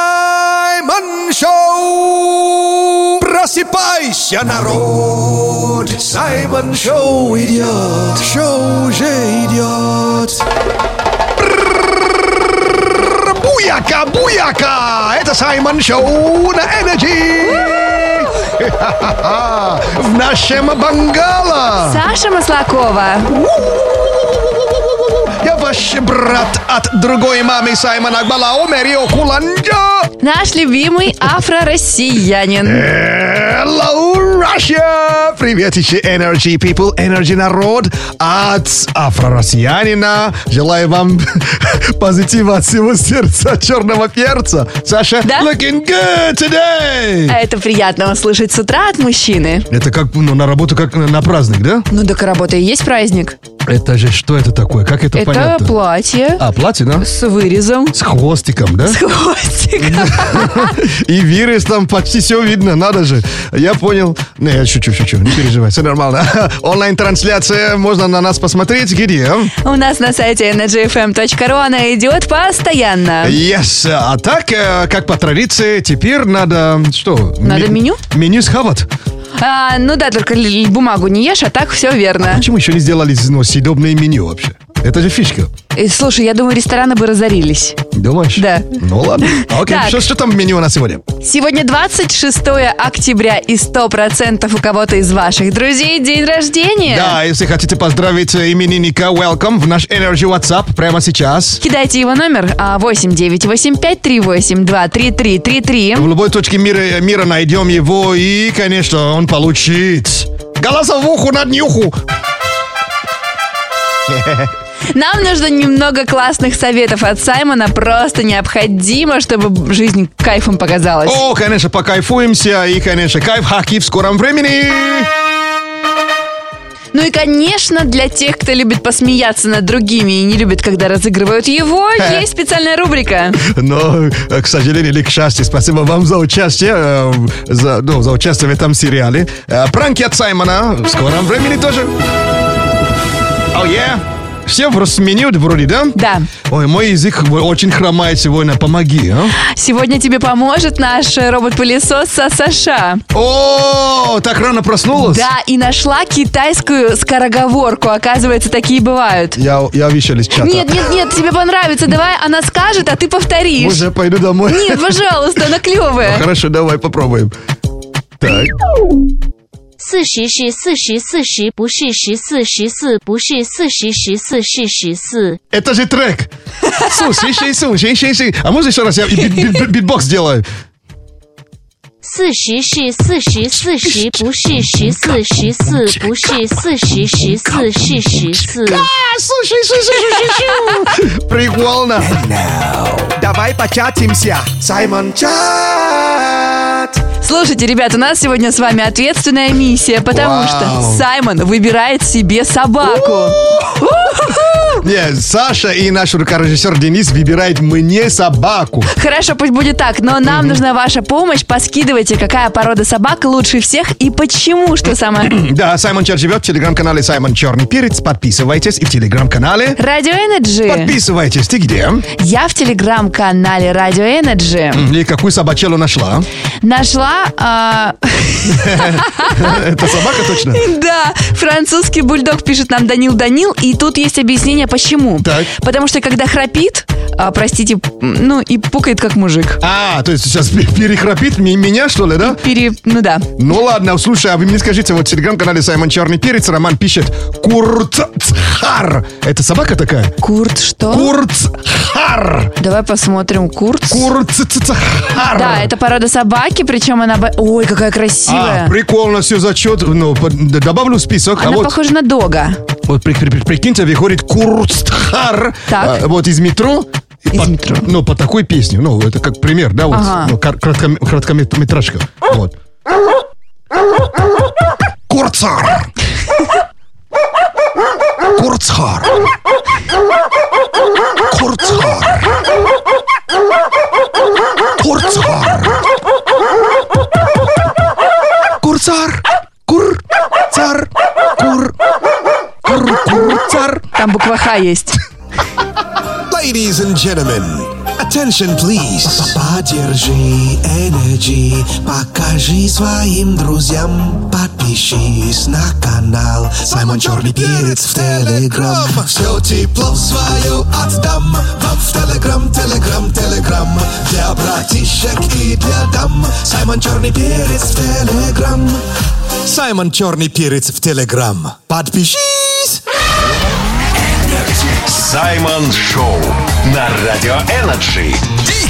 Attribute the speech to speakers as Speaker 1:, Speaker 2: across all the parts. Speaker 1: Саймон Шоу! Просыпайся, народ! Саймон Шоу идет! Шоу уже идет! Буяка, буяка! Это Саймон Шоу на Энерджи! В нашем бангало!
Speaker 2: Саша Маслакова.
Speaker 1: Я ваш брат от другой мамы Саймона Акбалао, Мэрио Куланджо!
Speaker 2: Наш любимый афро-россиянин.
Speaker 1: Hello, Russia! Привет еще Energy People, Energy народ от афро-россиянина. Желаю вам позитива от всего сердца черного перца. Саша,
Speaker 2: Да?
Speaker 1: looking good today!
Speaker 2: А это приятно услышать с утра от мужчины.
Speaker 1: Это как ну, на работу, как на, на праздник, да?
Speaker 2: Ну, так работа и есть праздник.
Speaker 1: Это же, что это такое? Как это,
Speaker 2: Это
Speaker 1: понятно?
Speaker 2: платье
Speaker 1: А, платье, да?
Speaker 2: с вырезом,
Speaker 1: С хвостиком, да?
Speaker 2: с хвостиком.
Speaker 1: И вирус там почти все видно, надо же. Я понял. Не, я шучу, шучу, не переживай, все нормально. Онлайн-трансляция, можно на нас посмотреть, где?
Speaker 2: У нас на сайте energyfm.ru она идет постоянно.
Speaker 1: Yes. А так, э, как по традиции, теперь надо, что?
Speaker 2: Надо меню?
Speaker 1: Меню схавать.
Speaker 2: А, ну да, только л- л- бумагу не ешь, а так все верно.
Speaker 1: Почему еще не сделали ну, съедобное меню вообще? Это же фишка.
Speaker 2: И, слушай, я думаю, рестораны бы разорились.
Speaker 1: Думаешь?
Speaker 2: Да.
Speaker 1: Ну ладно. Окей,
Speaker 2: Так.
Speaker 1: что, что там в меню на сегодня?
Speaker 2: Сегодня 26 октября и 100% у кого-то из ваших друзей день рождения.
Speaker 1: Да, если хотите поздравить э, именинника, welcome в наш Energy WhatsApp прямо сейчас.
Speaker 2: Кидайте его номер а, 8985-382-3333.
Speaker 1: В любой точке мира, э, мира найдем его, и, конечно, он получит голосовуху на днюху.
Speaker 2: Нам нужно немного классных советов от Саймона. Просто необходимо, чтобы жизнь кайфом показалась.
Speaker 1: О, конечно, покайфуемся, и, конечно, кайф-хаки в скором времени.
Speaker 2: Ну и, конечно, для тех, кто любит посмеяться над другими и не любит, когда разыгрывают его,
Speaker 1: Хе.
Speaker 2: есть специальная рубрика.
Speaker 1: Но, э, к сожалению или к счастью, спасибо вам за участие, э, за, ну, за участие в этом сериале. Э, Пранки от Саймона в скором времени тоже. О, yeah. Все просто меню вроде, да?
Speaker 2: Да.
Speaker 1: Ой, мой язык очень хромает сегодня, помоги, а?
Speaker 2: Сегодня тебе поможет наш робот-пылесос Саша.
Speaker 1: О, так рано проснулась?
Speaker 2: Да, и нашла китайскую скороговорку. Оказывается, такие бывают.
Speaker 1: Я, я вышел из чата.
Speaker 2: Нет, нет, нет, тебе понравится. Давай, она скажет, а ты повторишь.
Speaker 1: Уже пойду домой.
Speaker 2: Нет, пожалуйста, она клевая.
Speaker 1: Хорошо, давай попробуем. Так.
Speaker 3: 四十是四十四十，不是十四十四，不是四十十四是十四。
Speaker 1: Это же трек. Слушай, шей, слушай, шей, шей. А можно еще раз я бит- бит- бит- битбокс сделаю?
Speaker 3: 四十是四十四十，不是十四十四，不是四十十四是十四。
Speaker 1: А, слушай, слушай, слушай, слушай. Прикольно.
Speaker 4: Давай початимся. Саймон Чат.
Speaker 2: Слушайте, ребят, у нас сегодня с вами ответственная миссия, потому
Speaker 1: Вау.
Speaker 2: что Саймон выбирает себе собаку.
Speaker 1: Не, Саша и наш рукорежиссер Денис выбирает мне собаку.
Speaker 2: Хорошо, пусть будет так, но нам нужна ваша помощь. Поскидывайте, какая порода собак лучше всех и почему, что самое...
Speaker 1: Да, Саймон Чер живет в телеграм-канале Саймон Черный Перец. Подписывайтесь и в телеграм-канале.
Speaker 2: Радио
Speaker 1: Э.
Speaker 2: Энерджи.
Speaker 1: Подписывайтесь. Ты где?
Speaker 2: Я в телеграм-канале Радио Энерджи
Speaker 1: И какую собачелу нашла?
Speaker 2: нашла... а,
Speaker 1: Это собака точно?
Speaker 2: Да, французский бульдог пишет нам Данил Данил, и тут есть объяснение почему.
Speaker 1: Так.
Speaker 2: Потому что когда храпит, а, простите, м, ну и пукает как мужик.
Speaker 1: А, то есть сейчас пе- перехрапит ми- меня, что ли, да?
Speaker 2: Пере... Ну да.
Speaker 1: Ну ладно, слушай, а вы мне скажите, вот в телеграм-канале Саймон Черный Перец Роман пишет Курцхар. Это собака такая?
Speaker 2: Курт что?
Speaker 1: Курцхар.
Speaker 2: Давай посмотрим. Курт.
Speaker 1: Курцхар.
Speaker 2: Да, это порода собаки, причем она... бо- Ой, какая красивая.
Speaker 1: а, прикольно, все зачет. Ну, под- д- добавлю в список. а
Speaker 2: Она
Speaker 1: вот,
Speaker 2: похожа на дога.
Speaker 1: вот при- при- при- прикиньте, выходит Курцхар.
Speaker 2: Так.
Speaker 1: а, вот из метро. И
Speaker 2: Из
Speaker 1: по-
Speaker 2: метро.
Speaker 1: Ну, по такой песне. Ну, это как пример, да, вот.
Speaker 2: Ага.
Speaker 1: ну, кар- кратком- краткометражка. Вот. Курцхар. Курцхар. Курцхар. Курцхар. Курцар. Кур. Цар. Кур. Кур. Курцар.
Speaker 2: Там буква Х есть.
Speaker 4: Ladies and gentlemen,
Speaker 5: Attention, please.
Speaker 6: Поддержи Energy, покажи своим друзьям, подпишись на канал Саймон Черный Перец в Телеграм. Все тепло свое отдам вам в Телеграм, Телеграм, Телеграм. Для братишек и для дам Саймон Черный Перец в Телеграм. Саймон Черный Перец в Телеграм. Подпишись!
Speaker 7: Саймон Шоу на Радио Энерджи.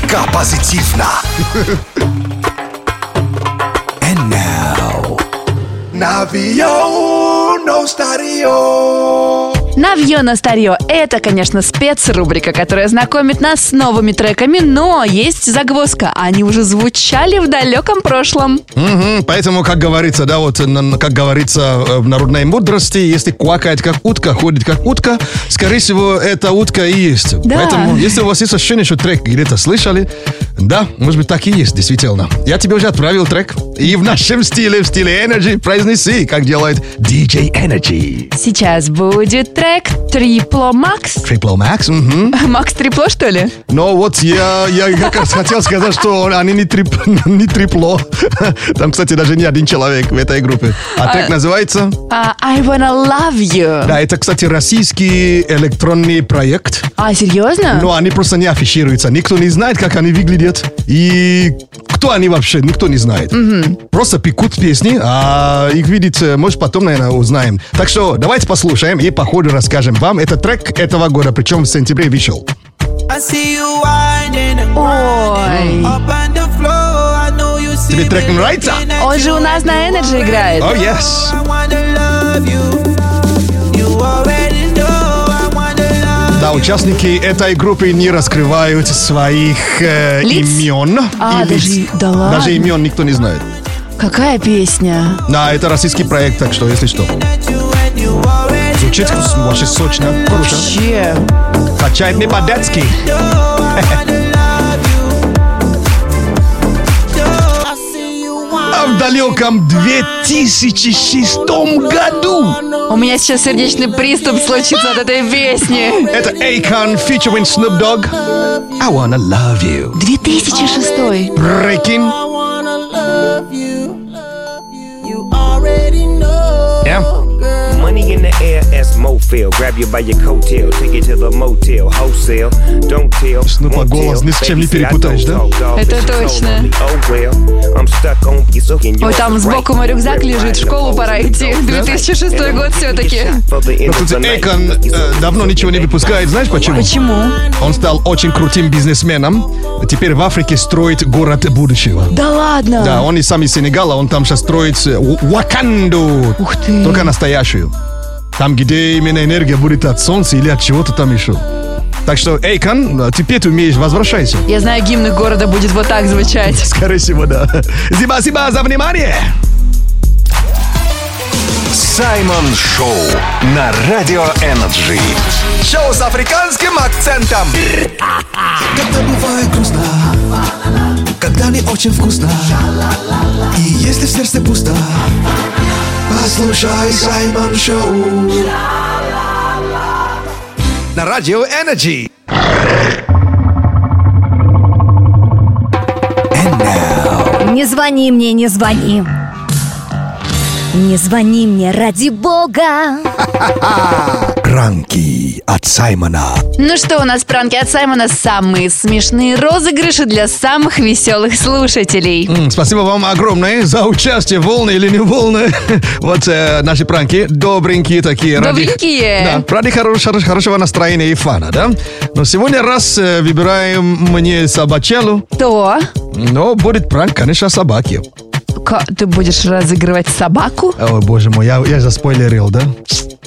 Speaker 5: Дико позитивно. And now.
Speaker 4: Navio no stadio.
Speaker 2: Навье на старье – это, конечно, спецрубрика, которая знакомит нас с новыми треками, но есть загвоздка. Они уже звучали в далеком прошлом.
Speaker 1: Мгм, Поэтому, как говорится, да, вот, на- на- как говорится э, в народной мудрости, если квакает как утка, ходит как утка, скорее всего, эта утка и есть.
Speaker 2: Да.
Speaker 1: Поэтому, если у вас есть ощущение, что трек где-то слышали, да, может быть, так и есть, действительно. Я тебе уже отправил трек, и в нашем стиле, в стиле Energy, произнеси, как делает DJ Energy.
Speaker 2: Сейчас будет трек «Трипло Макс».
Speaker 1: Triple Max, мгм.
Speaker 2: Макс Трипло, что ли?
Speaker 1: Но вот я, я как раз хотел сказать, что они не, трип- не трипло. Там, кстати, даже не один человек в этой группе. А трек называется...
Speaker 2: А, I wanna love you.
Speaker 1: Да, это, кстати, российский электронный проект,
Speaker 2: А, серьезно?
Speaker 1: но они просто не афишируются. Никто не знает, как они выглядят. И кто они вообще, никто не знает. Просто пекут песни, а их видит, э, может, потом, наверное, узнаем. Так что давайте послушаем и по ходу расскажем вам. Это трек этого года, причем в сентябре вышел.
Speaker 8: I see you whining and
Speaker 2: Ой.
Speaker 8: grinding up on the floor. I know you see
Speaker 1: Тебе
Speaker 8: me
Speaker 1: трек нравится?
Speaker 8: looking at
Speaker 2: Он же
Speaker 8: you.
Speaker 2: у нас на Energy играет.
Speaker 1: Oh, yes.
Speaker 8: I wanna love you. You already know I wanna love
Speaker 1: Да, участники этой группы не раскрывают своих э,
Speaker 2: Лиц?
Speaker 1: имен.
Speaker 2: А,
Speaker 1: и
Speaker 2: даже-
Speaker 1: лиц.
Speaker 2: да ладно.
Speaker 1: Даже имен никто не знает.
Speaker 2: Какая песня?
Speaker 1: Да, это российский проект, так что, если что.
Speaker 8: you and you already
Speaker 1: Звучит вообще сочно, круто.
Speaker 2: Че?
Speaker 1: Качает не по-детски.
Speaker 8: know I see you whining.
Speaker 1: А в далеком 2006 году
Speaker 2: У меня сейчас сердечный приступ случится от этой песни.
Speaker 1: это Akon featuring Snoop Dogg. I wanna love you.
Speaker 2: 2006.
Speaker 1: Прикинь.
Speaker 8: I wanna love you. Love you. You already know.
Speaker 1: Yeah.
Speaker 8: Girl.
Speaker 9: Money in the air, S Mofil. Grab you by your coattail, take you to the motel, wholesale. Don't tell.
Speaker 1: Snoop
Speaker 9: won't
Speaker 1: голос
Speaker 9: tell.
Speaker 1: ни с чем не
Speaker 9: Baby, see, I
Speaker 1: перепутаешь, да?
Speaker 9: know, dog,
Speaker 2: Это
Speaker 9: it's so
Speaker 2: точно.
Speaker 9: lonely. Oh, well, I'm stuck on you, so can you
Speaker 2: Ой, там сбоку мой рюкзак лежит, в школу пора идти. 2006 год все-таки.
Speaker 1: Но, кстати, Akon э, давно ничего не выпускает. Знаешь почему?
Speaker 2: Почему?
Speaker 1: Он стал очень крутым бизнесменом. Теперь в Африке строит город будущего.
Speaker 2: Да ладно.
Speaker 1: Да, он и сам из Сенегала, он там сейчас строит э, У- Уаканду.
Speaker 2: Ух ты.
Speaker 1: Только настоящую. Там, где именно энергия будет от солнца или от чего-то там еще. Так что, Эйкан, э, теперь ты умеешь, возвращайся.
Speaker 2: Я знаю, гимн их города будет вот так звучать.
Speaker 1: Скорее всего, да. Спасибо за внимание!
Speaker 7: Саймон Шоу на Радио Энерджи.
Speaker 4: Шоу с африканским акцентом.
Speaker 6: Когда бывает грустно, когда не очень вкусно, и если в сердце пусто, послушай Саймон Шоу.
Speaker 4: На радио Energy.
Speaker 10: Не звони мне, не звони. Не звони мне, ради бога.
Speaker 4: Пранки от Саймона.
Speaker 2: Ну что, у нас пранки от Саймона самые смешные розыгрыши для самых веселых слушателей.
Speaker 1: М, Спасибо вам огромное за участие, волны или не волны. Вот э, наши пранки добренькие такие. ради-
Speaker 2: Добренькие.
Speaker 1: да, ради хорош- хорош- хорошего настроения и фана, да? Но сегодня раз э, выбираем мне собачелу,
Speaker 2: То
Speaker 1: но будет пранк, конечно, собаки.
Speaker 2: ка- ты будешь разыгрывать собаку?
Speaker 1: Ой, боже мой, я, я заспойлерил, да?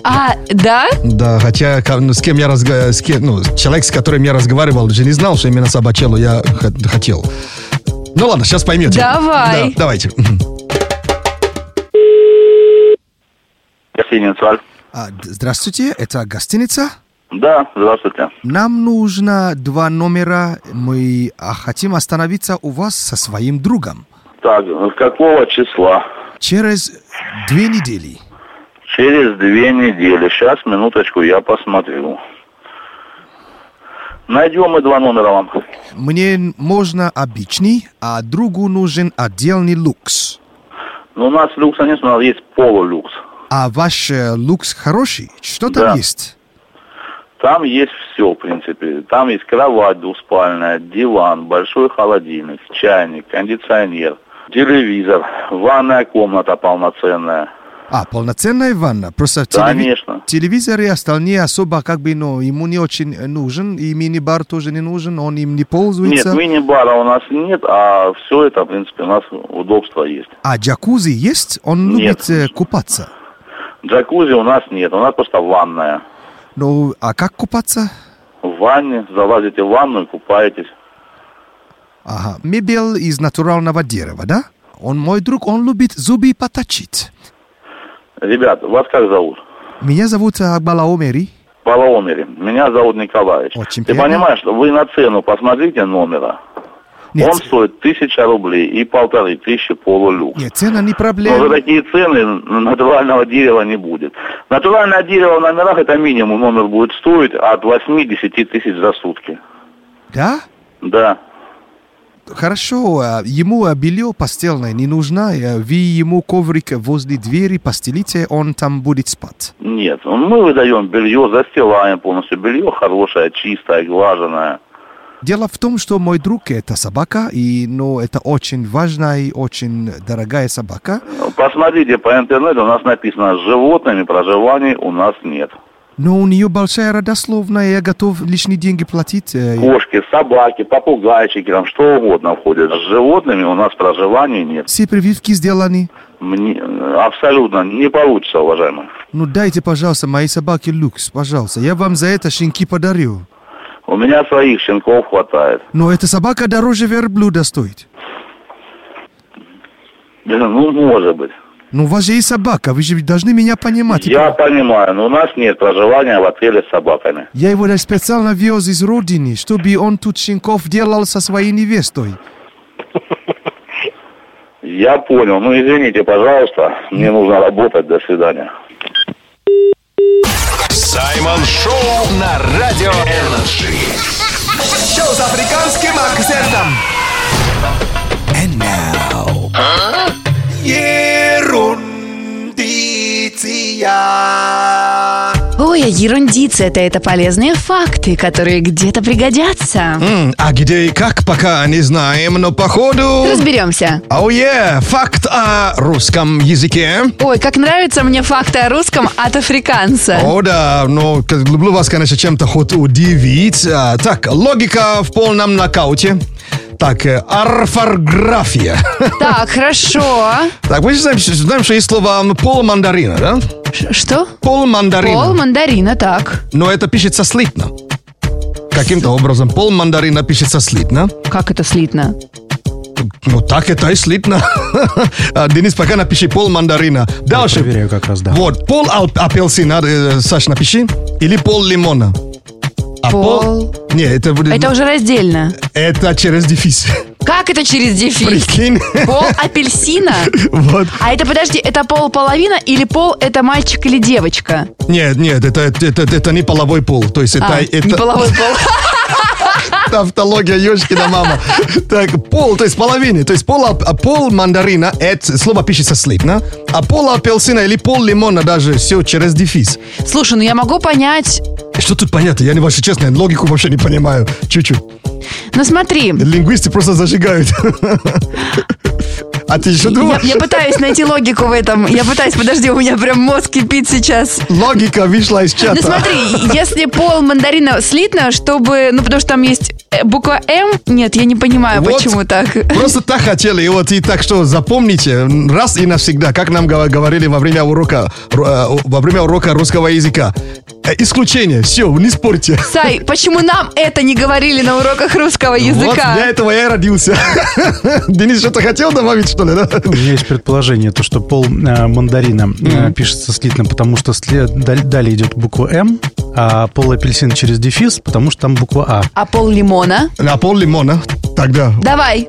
Speaker 2: А, да?
Speaker 1: Да, хотя ко- ну, с кем я разговаривал, с кем, ну, человек, с которым я разговаривал, даже не знал, что именно собачелу я хот- хотел. Ну ладно, сейчас поймете. Да,
Speaker 2: Давай.
Speaker 1: давайте.
Speaker 11: Гостиница.
Speaker 4: А, здравствуйте, это гостиница.
Speaker 11: Да, здравствуйте.
Speaker 4: Нам нужно два номера. Мы а, хотим остановиться у вас со своим другом.
Speaker 11: Так, какого числа?
Speaker 4: Через две недели.
Speaker 11: Через две недели. Сейчас, минуточку, я посмотрю. Найдем мы два номера вам.
Speaker 4: Мне можно обычный, а другу нужен отдельный люкс.
Speaker 11: Но Ну, у нас люкса нет, у нас есть полулюкс.
Speaker 4: А ваш э, люкс хороший? Что там
Speaker 11: Да.
Speaker 4: есть?
Speaker 11: Там есть все, в принципе. Там есть кровать двуспальная, диван, большой холодильник, чайник, кондиционер, телевизор, ванная комната полноценная.
Speaker 4: А, полноценная ванна. Просто в
Speaker 11: Конечно.
Speaker 4: телевизор и остальные особо как бы, ну, ему не очень э, нужен, и мини-бар тоже не нужен, он им не
Speaker 11: Нет,
Speaker 4: пользуется.
Speaker 11: мини-бара у нас нет, а все это, в принципе, у нас удобство есть.
Speaker 4: А джакузи есть? Он
Speaker 11: Нет.
Speaker 4: любит э, купаться.
Speaker 11: Джакузи у нас нет, у нас просто ванная.
Speaker 4: Ну, а как купаться?
Speaker 11: В ванне, залазите в ванну и купаетесь.
Speaker 4: Ага, мебель из натурального дерева, да? Он мой друг, он любит зубы поточить.
Speaker 11: Ребят, вас как зовут?
Speaker 4: Меня зовут э, Балаомери.
Speaker 11: Полоумери. Меня зовут Николаевич.
Speaker 4: Очень
Speaker 11: Ты
Speaker 4: приятно.
Speaker 11: понимаешь, что вы на цену посмотрите номера.
Speaker 4: Нет.
Speaker 11: Он стоит тысяча рублей и полторы тысячи полулюкс.
Speaker 4: Нет, цена не
Speaker 11: Но за
Speaker 4: проблема.
Speaker 11: такие цены натурального дерева не будет. Натуральное дерево в номерах это минимум номер будет стоить от 8-10 тысяч за сутки.
Speaker 4: Да?
Speaker 11: Да.
Speaker 4: Хорошо, а, ему а, белье постельное не нужно, э, вы ему коврик возле двери постелите, он там будет спать.
Speaker 11: Нет, мы выдаем белье, застилаем полностью. Белье хорошее, чистое, глаженное.
Speaker 4: Дело в том, что мой друг это собака, и, ну, это очень важная и очень дорогая собака.
Speaker 11: Ну, Посмотрите по интернету, у нас написано, с животными проживаний у нас нет.
Speaker 4: Но у нее большая родословная, я готов лишние деньги платить. э,
Speaker 11: Кошки, собаки, попугайчики, там что угодно входит. С животными у нас проживаний нет.
Speaker 4: Все прививки сделаны.
Speaker 11: Мне э, абсолютно не получится, уважаемый.
Speaker 4: Ну дайте, пожалуйста, моей собаке люкс, пожалуйста. Я вам за это щенки подарю.
Speaker 11: У меня своих щенков хватает.
Speaker 4: Но эта собака дороже верблюда стоит.
Speaker 11: Блин, Ну, может быть.
Speaker 4: Ну у вас же есть собака, вы же должны меня понимать.
Speaker 11: Я понимаю, но у нас нет проживания в отеле с собаками.
Speaker 4: Я его даже специально вез из родины, чтобы он тут щенков делал со своей невестой.
Speaker 11: Я понял. Ну, извините, пожалуйста. Мне нужно работать. До свидания.
Speaker 7: Саймон Шоу на Радио Энерджи.
Speaker 5: Шоу с африканским акцентом. And now... Ерундиция.
Speaker 2: Ой, а ерундица это, это полезные факты, которые где-то пригодятся.
Speaker 1: М, А где и как, пока не знаем, но походу...
Speaker 2: Разберемся.
Speaker 1: Оу, е, факт о русском языке.
Speaker 2: Ой, как нравятся мне факты о русском от африканца.
Speaker 1: О, да, но к- люблю вас, конечно, чем-то хоть удивить. А, так, логика в полном нокауте. Так, э, орфография.
Speaker 2: Так, хорошо.
Speaker 1: Так, мы же знаем, что- знаем, что есть слово пол мандарина, да?
Speaker 2: Что?
Speaker 1: Пол мандарина.
Speaker 2: Пол мандарина, так.
Speaker 1: Но это пишется слитно. Каким-то образом пол мандарина пишется слитно.
Speaker 2: Как это слитно?
Speaker 1: Ну так это и слитно. А, Денис, пока напиши пол мандарина. Дальше.
Speaker 12: Проверяю как раз, да.
Speaker 1: Вот, пол ал- апельсина, э, Саш, напиши. Или пол лимона. А пол... Не, это будет...
Speaker 2: Это уже раздельно.
Speaker 1: Это через дефис.
Speaker 2: Как это через дефис?
Speaker 1: Прикинь.
Speaker 2: Пол апельсина?
Speaker 1: Вот.
Speaker 2: А это, подожди, это пол половина или пол это мальчик или девочка?
Speaker 1: Нет, нет, это, это, это, это не половой пол. То есть это...
Speaker 2: А,
Speaker 1: это...
Speaker 2: Не половой пол.
Speaker 1: Тавтология ёшкина мама. Так, пол, то есть половины. То есть пол, ап- а пол мандарина, это слово пишется слитно, а пол апельсина или пол лимона даже все через дефис.
Speaker 2: Слушай, ну я могу понять.
Speaker 1: Что тут понятно? Я, не ваше честно, логику вообще не понимаю. Чуть-чуть.
Speaker 2: Ну смотри.
Speaker 1: Лингвисты просто зажигают. А ты еще
Speaker 2: Я,
Speaker 1: думаешь?
Speaker 2: я пытаюсь найти логику в этом. Я пытаюсь, подожди, у меня прям мозг кипит сейчас.
Speaker 1: Логика вышла из чата.
Speaker 2: Ну смотри, если пол мандарина слитно, чтобы... Ну, потому что там есть э, буква М. Нет, я не понимаю,
Speaker 1: Вот.
Speaker 2: А почему так.
Speaker 1: Просто так хотели, и вот и так что запомните раз и навсегда, как нам гов- говорили во время урока ру- э, у- во время урока русского языка. Э, Исключение, все, не спорьте.
Speaker 2: Сай, почему нам это не говорили на уроках русского
Speaker 1: Вот для
Speaker 2: языка?
Speaker 1: этого я и родился. Денис, что-то хотел добавить, что ли, да?
Speaker 12: У меня есть предположение, то, что пол э, мандарина э, пишется слитно, потому что след- даль- далее идет буква М, а пол апельсин через дефис, потому что там буква А.
Speaker 2: А пол лимона?
Speaker 1: На пол лимона тогда.
Speaker 2: Давай.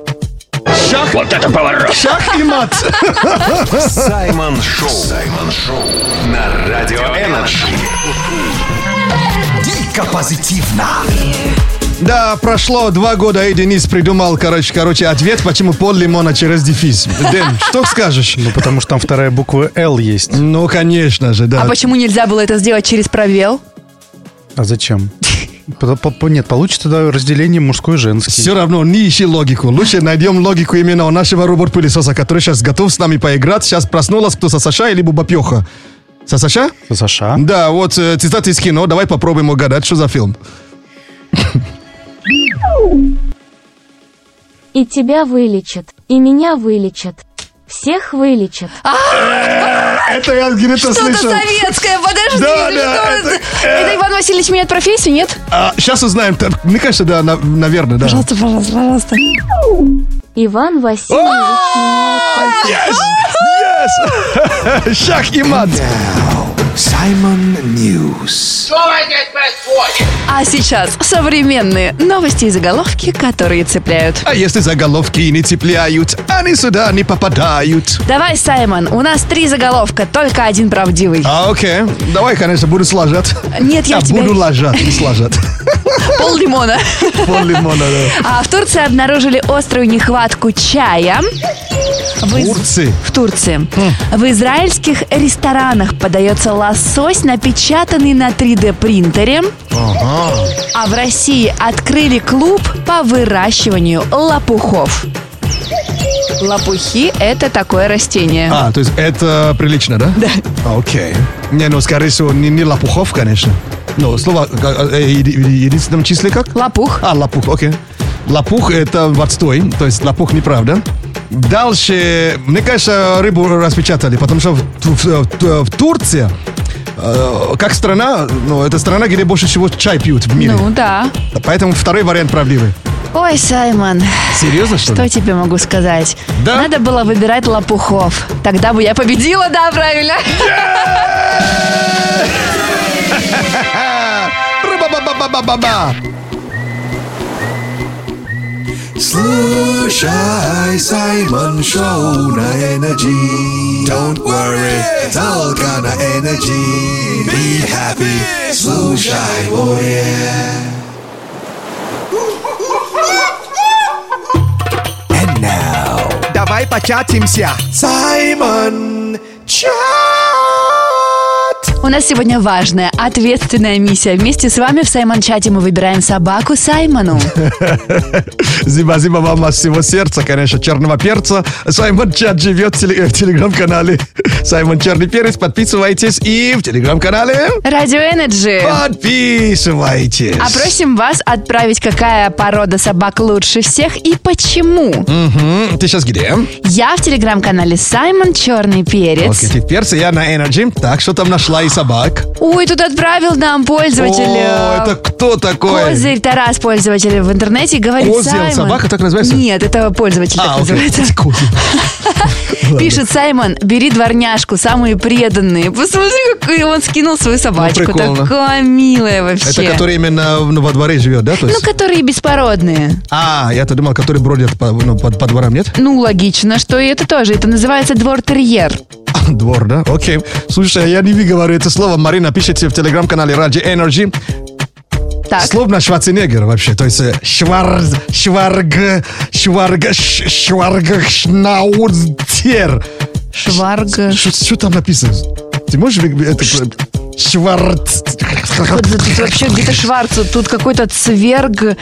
Speaker 1: Шах.
Speaker 7: Вот это поворот.
Speaker 1: Шах и мат.
Speaker 7: Саймон Шоу. Саймон Шоу на Радио Энерджи.
Speaker 5: Дико позитивно.
Speaker 1: Да, прошло два года, и Денис придумал, короче, короче, ответ, почему пол лимона через дефис. Дэн, что скажешь?
Speaker 12: Ну, потому что там вторая буква «Л» есть.
Speaker 1: Ну, конечно же, да.
Speaker 2: А почему нельзя было это сделать через провел?
Speaker 12: А зачем? По- по- по- Нет, получится да, разделение мужской и женский.
Speaker 1: Все равно не ищи логику. Лучше найдем логику именно у нашего робот-пылесоса, который сейчас готов с нами поиграть. Сейчас проснулась кто Саша или Бубапеха. Саша?
Speaker 12: Саша.
Speaker 1: Да, вот э, цитаты из кино. Давай попробуем угадать, что за фильм.
Speaker 3: И тебя вылечат, и меня вылечат. Всех вылечат.
Speaker 1: Это я где-то
Speaker 2: Что-то
Speaker 1: слышал.
Speaker 2: Ну, советское, подожди.
Speaker 1: Да,
Speaker 2: ты
Speaker 1: да,
Speaker 2: что?
Speaker 1: это, э. А.
Speaker 2: Это Иван Васильевич меняет профессию, нет?
Speaker 1: Сейчас узнаем. Т- Мне кажется, да, на- наверное, да.
Speaker 2: Пожалуйста, пожалуйста, пожалуйста.
Speaker 3: Иван Васильевич.
Speaker 1: Yes! Yes! Шах и мат.
Speaker 5: Саймон Ньюс.
Speaker 2: А сейчас современные новости и заголовки, которые цепляют.
Speaker 1: А если заголовки не цепляют, они сюда не попадают.
Speaker 2: Давай, Саймон, у нас три заголовка, только один правдивый.
Speaker 1: А, окей. Давай, конечно, буду сложать.
Speaker 2: Нет, я
Speaker 1: а,
Speaker 2: тебя-
Speaker 1: буду ложать, не сложать.
Speaker 2: Пол лимона.
Speaker 1: Пол лимона, да.
Speaker 2: А в Турции обнаружили острую нехватку чая. В Из-
Speaker 1: Турции? Хм.
Speaker 2: В Турции. В израильских ресторанах подается лосось, напечатанный на 3D-принтере.
Speaker 1: Ага.
Speaker 2: А в России открыли клуб по выращиванию лопухов. Лопухи – это такое растение.
Speaker 1: А, то есть это прилично, да? А,
Speaker 2: Да.
Speaker 1: Окей. Не, ну, скорее всего, не, не лопухов, конечно. Но слово э, э, еди- в единственном числе как?
Speaker 2: Лопух.
Speaker 1: А, лопух, окей. Лопух – это в отстой, то есть лопух неправда. Дальше, мне кажется, рыбу распечатали, потому что в, Ту- в- в Ту- в Турции, э, как страна, ну, это страна, где больше всего чай пьют в мире.
Speaker 2: Ну да.
Speaker 1: Поэтому второй вариант правдивый.
Speaker 2: Ой, Саймон,
Speaker 1: Серьезно, что
Speaker 2: что
Speaker 1: ли?
Speaker 2: тебе могу сказать? Надо было выбирать лопухов. Тогда бы я победила, да, правильно?
Speaker 1: Ба-ба-ба-ба-ба-ба.
Speaker 6: Слушай, Саймон Шоу на Energy. Don't worry, только на Energy. Be happy, слушай, oh yeah.
Speaker 5: Давай початимся. Саймон Чат.
Speaker 2: У нас сегодня важная, ответственная миссия. Вместе с вами в Саймон-чате мы выбираем собаку Саймону.
Speaker 1: Зима-зима вам от всего сердца, конечно, черного перца. Саймон Чат живет в, теле- э, в телеграм-канале. Саймон Черный Перец, подписывайтесь и в телеграм-канале
Speaker 2: Радио Энерджи.
Speaker 1: подписывайтесь.
Speaker 2: А просим вас отправить, какая порода собак лучше всех и почему.
Speaker 1: Мгм. Ты сейчас где?
Speaker 2: Я в телеграм-канале Саймон Черный Перец.
Speaker 1: Окей, ты в перце, я на Energy. Так, что там нашла и собак?
Speaker 2: Ой, тут отправил нам пользователь.
Speaker 1: О,
Speaker 2: э,
Speaker 1: это кто такой?
Speaker 2: Козырь Тарас, пользователь в интернете, говорит
Speaker 1: Козел,
Speaker 2: Саймон.
Speaker 1: собака так называется?
Speaker 2: Нет, это пользователь так
Speaker 1: А, окей.
Speaker 2: называется.
Speaker 1: Козел. Ладно.
Speaker 2: Пишет Саймон, бери дворняжку, самые преданные. Посмотри, какой он скинул свою собачку.
Speaker 1: Ну, прикольно.
Speaker 2: Такая милая вообще.
Speaker 1: Это который именно ну, во дворе живет, да? То
Speaker 2: Ну,
Speaker 1: есть?
Speaker 2: которые беспородные.
Speaker 1: А, я-то думал, который бродит по, ну, по- по дворам, нет?
Speaker 2: Ну, логично, что и это тоже. Это называется двор-терьер.
Speaker 1: Двор, да? Окей. Слушай, а я не говорю это слово. Марина, пишите в телеграм-канале Ради Energy.
Speaker 2: Так.
Speaker 1: Словно Шварценеггер вообще. То есть э, Швар... Шварг... Шварг... Ш- Шварг... Шнаудер.
Speaker 2: Шварга.
Speaker 1: Что там написано? Ты можешь... мне Это... Шварц...
Speaker 2: Вот это тут вообще где-то Шварц, вот тут какой-то цверг,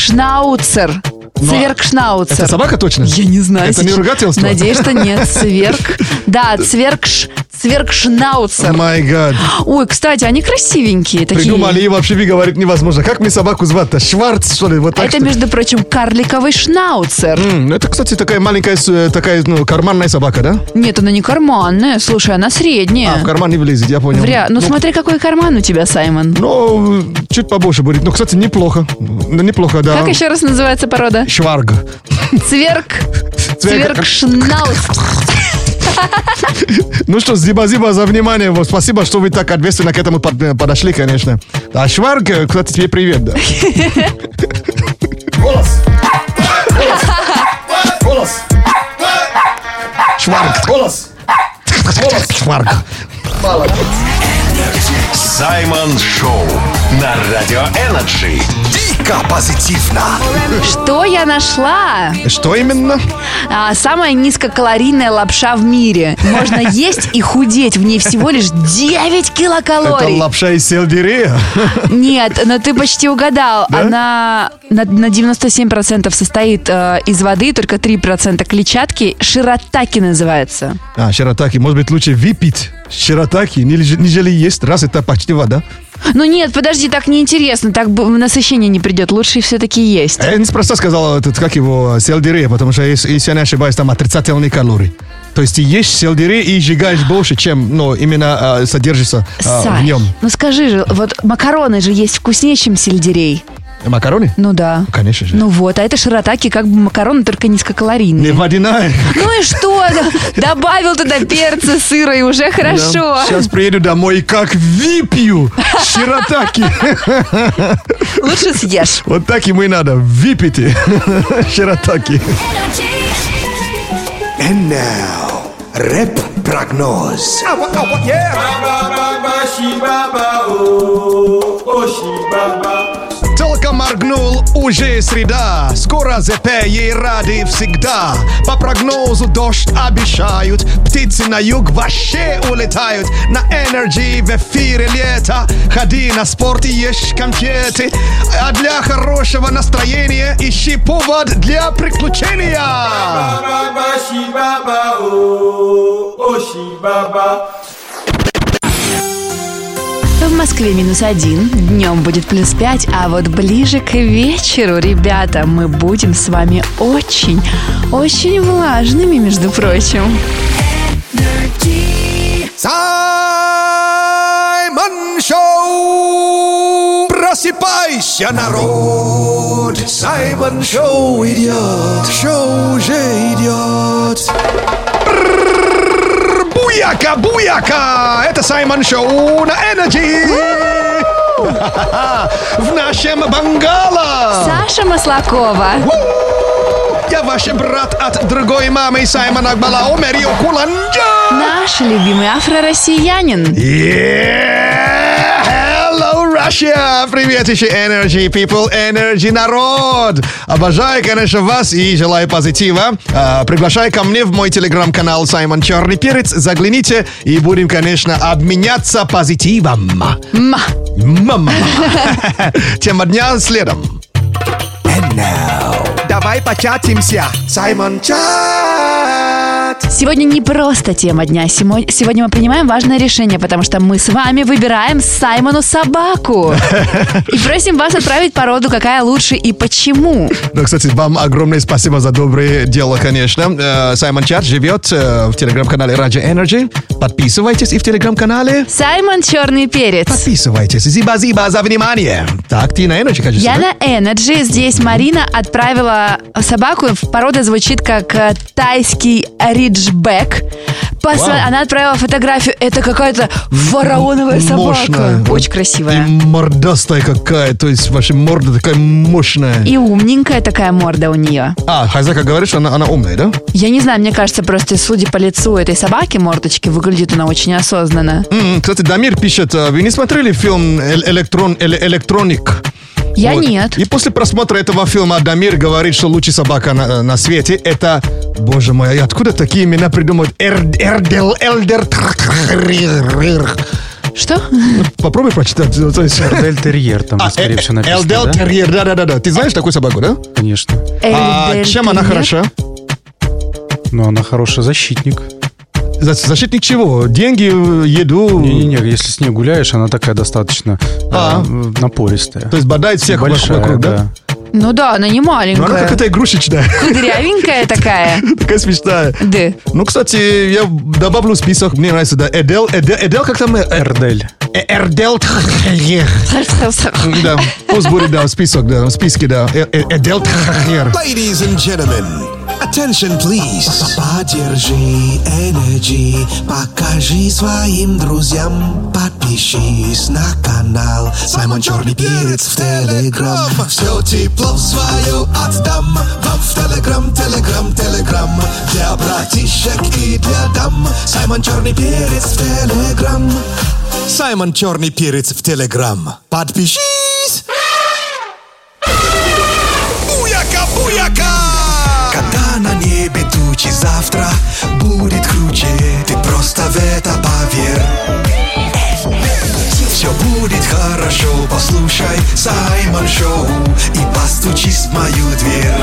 Speaker 2: цвергшнауцер.
Speaker 1: Ну, а
Speaker 2: Цвергшнауцер.
Speaker 1: это собака точно?
Speaker 2: Я не знаю.
Speaker 1: Это не
Speaker 2: сейчас.
Speaker 1: ругательство?
Speaker 2: Надеюсь, что нет. Цверг. Да, цвергш, цвергшнауцер.
Speaker 1: Май гад.
Speaker 2: Ой, кстати, они красивенькие такие.
Speaker 1: Придумали, и вообще ви говорит невозможно. Как мне собаку звать-то? Шварц, что ли? Вот
Speaker 2: А
Speaker 1: так
Speaker 2: это,
Speaker 1: что ли?
Speaker 2: между прочим, карликовый шнауцер.
Speaker 1: М, ну, это, кстати, такая маленькая, э, такая, ну, карманная собака, да?
Speaker 2: Нет, она не карманная. Слушай, она средняя.
Speaker 1: А, в карман не влезет, я понял.
Speaker 2: Вря- Ну, смотри, какой карман у тебя, Саймон.
Speaker 1: Ну, чуть побольше будет. Ну, кстати, неплохо. Ну, неплохо, да.
Speaker 2: Как еще раз называется порода?
Speaker 1: Шварг.
Speaker 2: Цверг. Цвергшнауцер.
Speaker 1: Ну что, зиба-зиба за внимание. Вот Спасибо, что вы так ответственно к этому под- э, подошли, конечно. А Шварг, э, кстати, тебе привет, да.
Speaker 5: Голос. Голос.
Speaker 1: Шварг.
Speaker 5: Голос. Голос.
Speaker 1: Шварг.
Speaker 7: Саймон Шоу на Радио Энерджи.
Speaker 5: Слегка позитивно.
Speaker 2: Что я нашла?
Speaker 1: Что именно?
Speaker 2: А, самая низкокалорийная лапша в мире. Можно есть и худеть. В ней всего лишь 9
Speaker 1: Это
Speaker 2: килокалорий.
Speaker 1: лапша из селдерея.
Speaker 2: Нет, но ты почти угадал.
Speaker 1: Да?
Speaker 2: Она на, на 97% состоит э, из воды, только 3% клетчатки. Широтаки называется.
Speaker 1: А, широтаки. Может быть, лучше выпить широтаки, неж- нежели есть, раз это почти вода.
Speaker 2: Ну нет, подожди, так неинтересно, так б- насыщение не придет. Лучше все-таки есть.
Speaker 1: А Я неспроста сказал, э, этот, как его, сельдерей, потому что, если, если я не ошибаюсь, там отрицательные калории. То есть ты ешь сельдерей и сжигаешь больше, чем ну, именно а, содержится а,
Speaker 2: Сань,
Speaker 1: в нем.
Speaker 2: ну скажи же, вот макароны же есть вкуснее, чем сельдерей.
Speaker 1: Макароны?
Speaker 2: Ну да.
Speaker 1: Ну, конечно же.
Speaker 2: Ну вот, а это широтаки, как бы макароны, только низкокалорийные.
Speaker 1: Не водяная.
Speaker 2: Ну и что? Добавил туда перца, сыра и уже хорошо.
Speaker 1: Сейчас приеду домой и как выпью широтаки.
Speaker 2: Лучше съешь.
Speaker 1: Вот так ему и надо. Выпейте широтаки.
Speaker 5: And now, рэп-прогноз.
Speaker 1: Только моргнул, уже среда. Скоро ЗП ей рады всегда. По прогнозу дождь обещают. Птицы на юг вообще улетают. На энергии в эфире лето. Ходи на спорт и ешь конфеты. А для хорошего настроения ищи повод для приключения.
Speaker 2: В Москве минус один, днем будет плюс пять, а вот ближе к вечеру, ребята, мы будем с вами очень, очень влажными, между прочим.
Speaker 5: Саймон Шоу! Просыпайся, народ! Саймон Шоу идет! Шоу уже идет!
Speaker 1: Буяка, буяка! Это Саймон Шоу на Energy! В нашем бангало!
Speaker 2: Саша Маслакова.
Speaker 1: Я ваш брат от другой мамы Саймон Акбалао, Мэрио Куланджа!
Speaker 2: Наш любимый афро-россиянин.
Speaker 1: Yeah! Hello, Russia! Привет еще Energy People, Energy народ! Обожаю, конечно, вас и желаю позитива. А, приглашаю ко мне в мой телеграм-канал Саймон Черный Перец. Загляните и будем, конечно, обменяться позитивом.
Speaker 2: Ма.
Speaker 1: Мама. Тема дня следом.
Speaker 5: Давай початимся! Саймон Чат!
Speaker 2: Сегодня не просто тема дня. Симо- Сегодня мы принимаем важное решение, потому что мы с вами выбираем Саймону собаку. И просим вас отправить породу, какая лучше и почему.
Speaker 1: Ну, кстати, вам огромное спасибо за доброе дело, конечно. Э, Саймон Чат живет э, в телеграм-канале Radio Energy. Подписывайтесь и в телеграм-канале.
Speaker 2: Саймон Черный Перец.
Speaker 1: Подписывайтесь. Зиба-зиба за внимание. Так, ты на Energy, кажется,
Speaker 2: Я
Speaker 1: да?
Speaker 2: на Energy. Здесь Марина отправила собаку. Порода звучит как э, тайский риджбек. Посма-
Speaker 1: Вау.
Speaker 2: Она отправила фотографию. Это какая-то фараоновая собака.
Speaker 1: Мощная.
Speaker 2: Очень красивая.
Speaker 1: И мордастая какая, то есть ваша морда такая мощная.
Speaker 2: И умненькая такая морда у нее.
Speaker 1: А, хозяйка говорит, что она, она умная, да?
Speaker 2: Я не знаю, мне кажется, просто судя по лицу этой собаки, мордочки, выглядит она очень осознанно.
Speaker 1: М, Кстати, Дамир пишет, э, вы не смотрели фильм «Эль- «Электрон», «Эле- «Электроник»?
Speaker 2: Я
Speaker 1: Вот.
Speaker 2: нет.
Speaker 1: И после просмотра этого фильма Дамир говорит, что лучшая собака на, на свете это... Боже мой, а откуда такие имена придумывают? Эр- Эрдел, Элдер... тррррррр.
Speaker 2: Что?
Speaker 1: Попробуй прочитать. ну, то есть-
Speaker 12: Эрдель Терьер там, скорее
Speaker 1: Э,
Speaker 12: всего, написано,
Speaker 1: Элдел
Speaker 12: да?
Speaker 1: Терьер, да-да-да. Ты знаешь такую собаку, да?
Speaker 12: Конечно.
Speaker 1: А
Speaker 2: Эльдель
Speaker 1: чем она
Speaker 2: Терьер?
Speaker 1: хороша?
Speaker 12: Но она хороший защитник.
Speaker 1: За- Защитник чего? Деньги, э, еду?
Speaker 12: Не-не-не, если с ней гуляешь, она такая достаточно э,
Speaker 1: А.
Speaker 12: напористая.
Speaker 1: То есть бодает всех
Speaker 12: Большая,
Speaker 1: вокруг, да?
Speaker 12: да.
Speaker 2: Ну да, она не
Speaker 1: Ну, она
Speaker 2: маленькая.
Speaker 1: какая-то игрушечная,
Speaker 2: Кудрявенькая такая.
Speaker 1: такая смешная.
Speaker 2: Да.
Speaker 1: Ну, кстати, я добавлю в список, мне нравится, да, Эдел, Эдел, Эдел как там? э, э,
Speaker 12: Эрдель.
Speaker 1: э, Эрдел Тхрер. Да, пусть будет, да, в список, да, в списке, да, Э, э, Эдел Тхрер.
Speaker 6: Ladies and gentlemen, attention please. Поддержи Energy, покажи своим друзьям, подпишись на канал. Саймон Черный Перец в Телеграм. Все тепло свое отдам вам в Телеграм, Телеграм, Телеграм. Для братишек и для дам. Саймон Черный Перец в Телеграм. Саймон Черный Перец в Телеграм. Подпишись!
Speaker 5: Шоу и постучись в мою дверь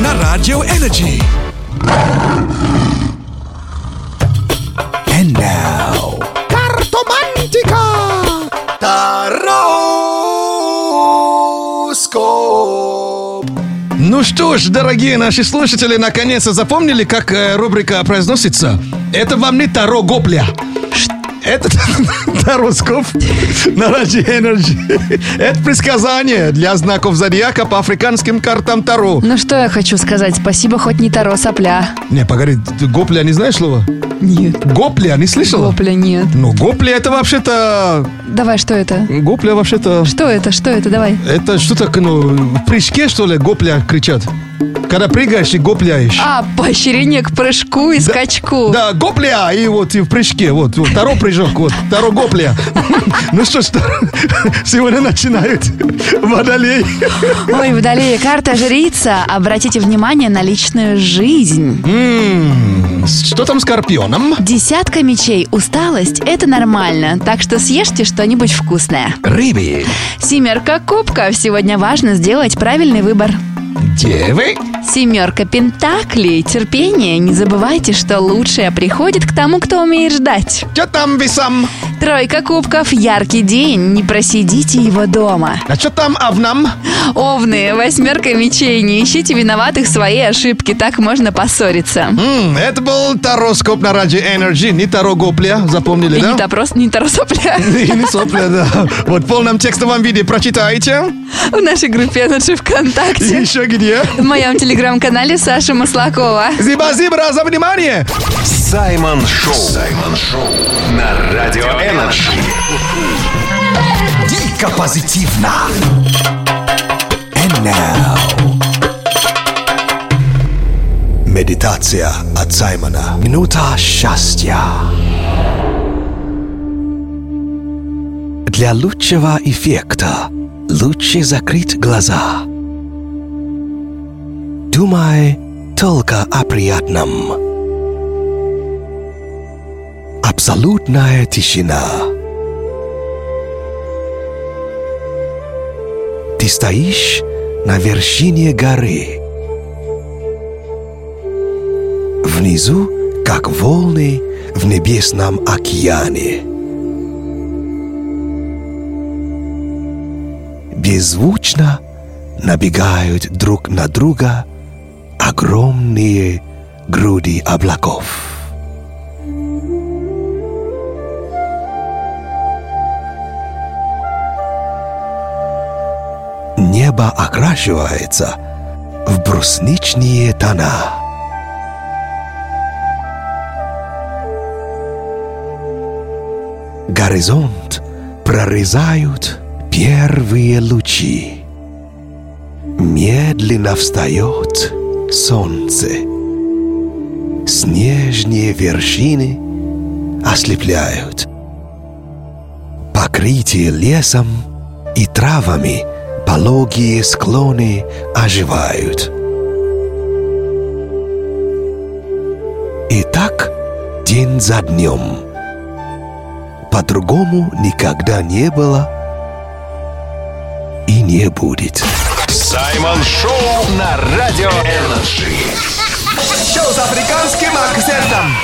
Speaker 5: на Радио Энерджи. And now... Картомантика! Тароскоп!
Speaker 1: Ну что ж, дорогие наши слушатели, наконец-то запомнили, как э, рубрика произносится? Это вам не Таро Гопля. Это Тароскоп на Раджи Энерджи. Это предсказание для знаков зодиака по африканским картам Таро.
Speaker 2: Ну что я хочу сказать, спасибо хоть не Таро сопля.
Speaker 1: Не, погоди, ты Гопля не знаешь слова?
Speaker 2: Нет.
Speaker 1: Гопля, не слышала?
Speaker 2: Гопля нет.
Speaker 1: Ну, гопля это вообще-то...
Speaker 2: Давай, что это?
Speaker 1: Гопля вообще-то...
Speaker 2: Что это, что это, давай.
Speaker 1: Это что так, ну, в прыжке, что ли, гопля кричат? Когда прыгаешь и гопляешь.
Speaker 2: А, поощрение к прыжку и скачку.
Speaker 1: Да, гопля, и вот и в прыжке, вот, вот второй прыжок, вот, второй гопля. Ну что ж, сегодня начинают водолей.
Speaker 2: Ой, Водолея, Ну карта жрица. Обратите внимание на личную жизнь.
Speaker 1: М, Что там с Скорпионом?
Speaker 2: Десятка мечей, усталость – это нормально, так что съешьте что-нибудь вкусное.
Speaker 1: Рыбе.
Speaker 2: Семерка кубков. Сегодня важно сделать правильный выбор.
Speaker 1: Девы.
Speaker 2: Семерка пентаклей. Терпение. Не забывайте, что лучшее приходит к тому, кто умеет ждать.
Speaker 1: Что там весам?
Speaker 2: Тройка кубков. Яркий день. Не просидите его дома.
Speaker 1: А что там овнам?
Speaker 2: Овны. Восьмерка мечей. Не ищите виноватых в своей ошибке. Так можно поссориться.
Speaker 1: М, Это был Тароскоп на Раджи Энерджи. Не Таро Гопля, запомнили,
Speaker 2: И
Speaker 1: да?
Speaker 2: не топрос, не торосопля.
Speaker 1: И не сопля, да. Вот в полном текстовом виде прочитайте.
Speaker 2: В нашей группе «Энерджи
Speaker 1: И
Speaker 2: ВКонтакте.
Speaker 1: еще где?
Speaker 2: В моем телеграм-канале Саша Маслакова.
Speaker 1: Зиба-зибра, за внимание!
Speaker 7: Саймон Шоу. Саймон Шоу на Радио Энерджи.
Speaker 5: Дико позитивно. And now. Медитация от Саймона. Минута счастья. Для лучшего эффекта лучше закрыть глаза. Думай только о приятном. Абсолютная тишина. Ты стоишь на вершине горы. Внизу, как волны в небесном океане. Беззвучно набегают друг на друга огромные груди облаков. Небо окрашивается в брусничные тона. Горизонт прорезают первые лучи. Медленно встает солнце. Снежные вершины ослепляют. Покрытие лесом и травами пологие склоны оживают. И так день за днем. По-другому никогда не было и не будет.
Speaker 7: Саймон Шоу на Радио Энерджи.
Speaker 5: Шоу с африканским акцентом.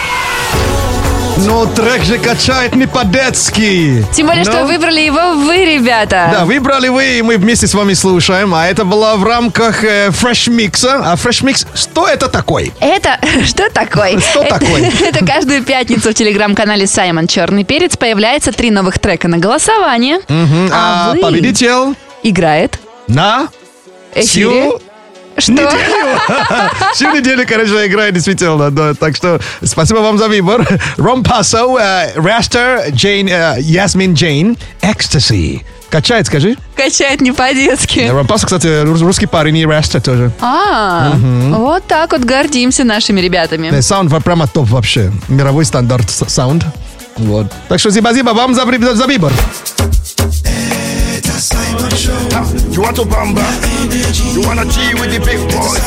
Speaker 1: Но трек же качает не по-детски.
Speaker 2: Тем более,
Speaker 1: Ну,
Speaker 2: что выбрали его вы, ребята.
Speaker 1: Да, выбрали вы, и мы вместе с вами слушаем. А это было в рамках э, Fresh Mix. А Fresh Mix, что это такой?
Speaker 2: Это что такое?
Speaker 1: Что
Speaker 2: Это-
Speaker 1: такое?
Speaker 2: Это каждую пятницу в телеграм-канале Саймон Черный Перец появляется три новых трека на голосование.
Speaker 1: Мгм,
Speaker 2: А
Speaker 1: а
Speaker 2: вы?
Speaker 1: победитель
Speaker 2: Играет.
Speaker 1: на
Speaker 2: Эфире.
Speaker 1: всю
Speaker 2: Что?
Speaker 1: Всю неделю, короче, играет действительно. да. так что спасибо вам за выбор. Ром Пасо, э, Растер, Джейн, э, Ясмин Джейн, Экстаси. Качает, скажи.
Speaker 2: Качает не по-детски.
Speaker 1: Ром Пасо, кстати, рус- русский парень и Растер тоже.
Speaker 2: А, вот так вот гордимся нашими ребятами.
Speaker 1: Э, Саунд во- прямо топ вообще. Мировой стандарт с- саунд. Вот. Так что спасибо вам за, при- за выбор.
Speaker 13: You want to bamba? You wanna G with the big boy?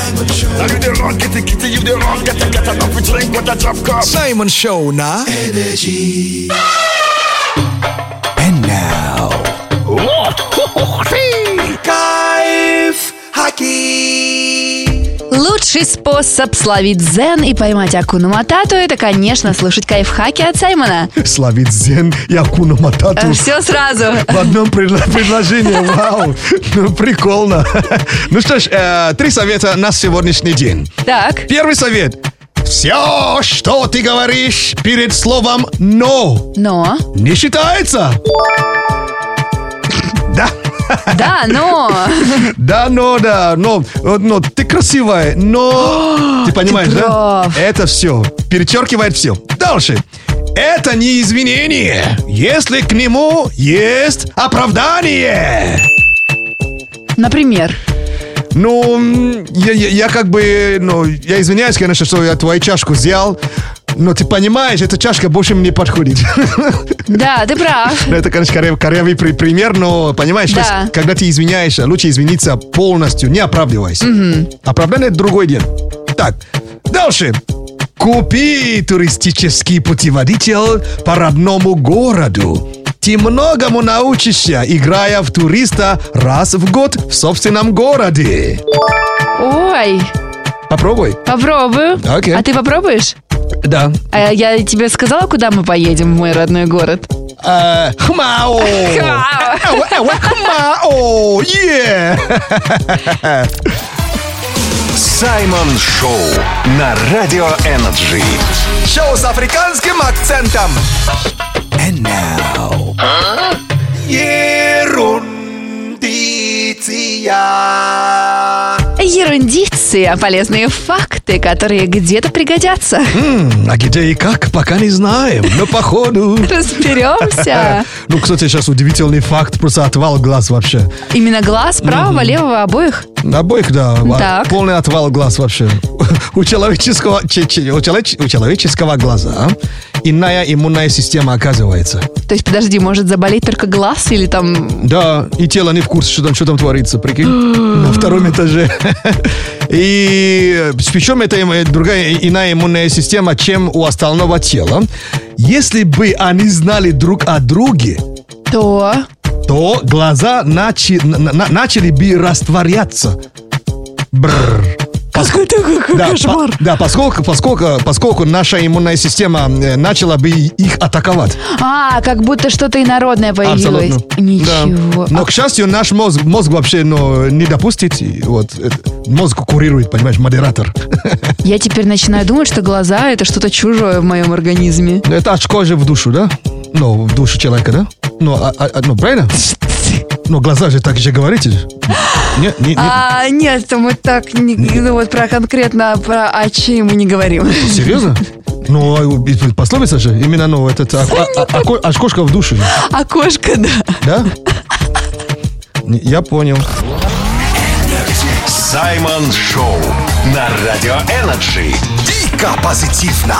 Speaker 13: Now you the wrong kitty kitty, you the wrong get get enough we drink with a drop cup.
Speaker 5: Саймон Шоу на Энерджи. And now.
Speaker 13: What? Кай
Speaker 2: Лучший способ словить дзен и поймать акуну матату – это, конечно, слушать кайфхаки от Саймона.
Speaker 1: Словить дзен и акуну матату.
Speaker 2: Все Э, сразу.
Speaker 1: В одном предла- предложении. Вау. Ну, прикольно. Ну что ж, э, три совета на сегодняшний день.
Speaker 2: Так.
Speaker 1: Первый совет. Все, что ты говоришь перед словом «но»,
Speaker 2: Но.
Speaker 1: не считается. Да.
Speaker 2: Да, но.
Speaker 1: Да, но, да, но, э, но ты красивая, но... Ты понимаешь,
Speaker 2: ты
Speaker 1: да? Это все. Перечеркивает все. Дальше. Это не извинение, если к нему есть оправдание.
Speaker 2: Например.
Speaker 1: Ну, м, я, я- я как бы, ну, я извиняюсь, конечно, что я твою чашку взял, но ты понимаешь, эта чашка больше мне не подходит.
Speaker 2: Да, ты прав.
Speaker 1: Ну, Это, конечно, коря- корявый при- пример, но понимаешь, то есть,
Speaker 2: Да.
Speaker 1: когда ты извиняешься, лучше извиниться полностью, не оправдываясь. Оправдание – это другой день. Так, дальше. Купи туристический путеводитель по родному городу. Ты многому научишься, играя в туриста раз в год в собственном городе.
Speaker 2: Ой,
Speaker 1: Попробуй.
Speaker 2: попробую.
Speaker 1: Окей.
Speaker 2: А ты попробуешь?
Speaker 1: Да.
Speaker 2: А я тебе сказала, куда мы поедем в мой родной город?
Speaker 1: Э, Хмао! Эуэ, эуэ, Хмао! Е!
Speaker 7: Саймон Шоу на Радио Энерджи.
Speaker 5: Шоу с африканским акцентом. And now... Ерундиция.
Speaker 2: Ерундиция, а полезные факты, которые где-то пригодятся.
Speaker 1: М, А где и как, пока не знаем, но походу...
Speaker 2: Разберемся.
Speaker 1: Ну, кстати, сейчас удивительный факт, просто отвал глаз вообще.
Speaker 2: Именно глаз правого, левого, обоих.
Speaker 1: На обоих, да, а,
Speaker 2: Так.
Speaker 1: полный отвал глаз вообще. У человеческого, че- че- у, человеч- у человеческого глаза иная иммунная система оказывается.
Speaker 2: То есть, подожди, может заболеть только глаз или там...
Speaker 1: Да, и тело не в курсе, что там, что там творится, прикинь, на втором этаже. И э, причем это им- э, другая и- иная иммунная система, чем у остального тела. Если бы они знали друг о друге,
Speaker 2: То...
Speaker 1: то глаза начи- на- на- на- начали бы растворяться. Бррр. Поскольку- да, по- да, поскольку, поскольку, поскольку наша иммунная система э, начала бы их атаковать.
Speaker 2: А, как будто что-то инородное появилось.
Speaker 1: Абсолютно.
Speaker 2: Ничего.
Speaker 1: Да. Но, к счастью, наш мозг, мозг вообще ну, не допустит. и Вот, э, мозг курирует, понимаешь, модератор.
Speaker 2: Я теперь начинаю думать, что глаза — это что-то чужое в моем организме.
Speaker 1: Ну, Это очко же в душу, да? Ну, в душу человека, да? Ну, а- а- а- ну правильно? Ну, глаза же так же говорите. же. Не, не- не-
Speaker 2: А, нет, то мы так не, ну вот про конкретно про очи мы не говорим.
Speaker 1: Серьезно? Ну, а, и пословица же, именно, ну, этот, а- а- а- око- очкошко в душу.
Speaker 2: Окошко, да.
Speaker 1: Да? Не, Я понял.
Speaker 7: Саймон Шоу на Радио Энерджи.
Speaker 5: Дико позитивно.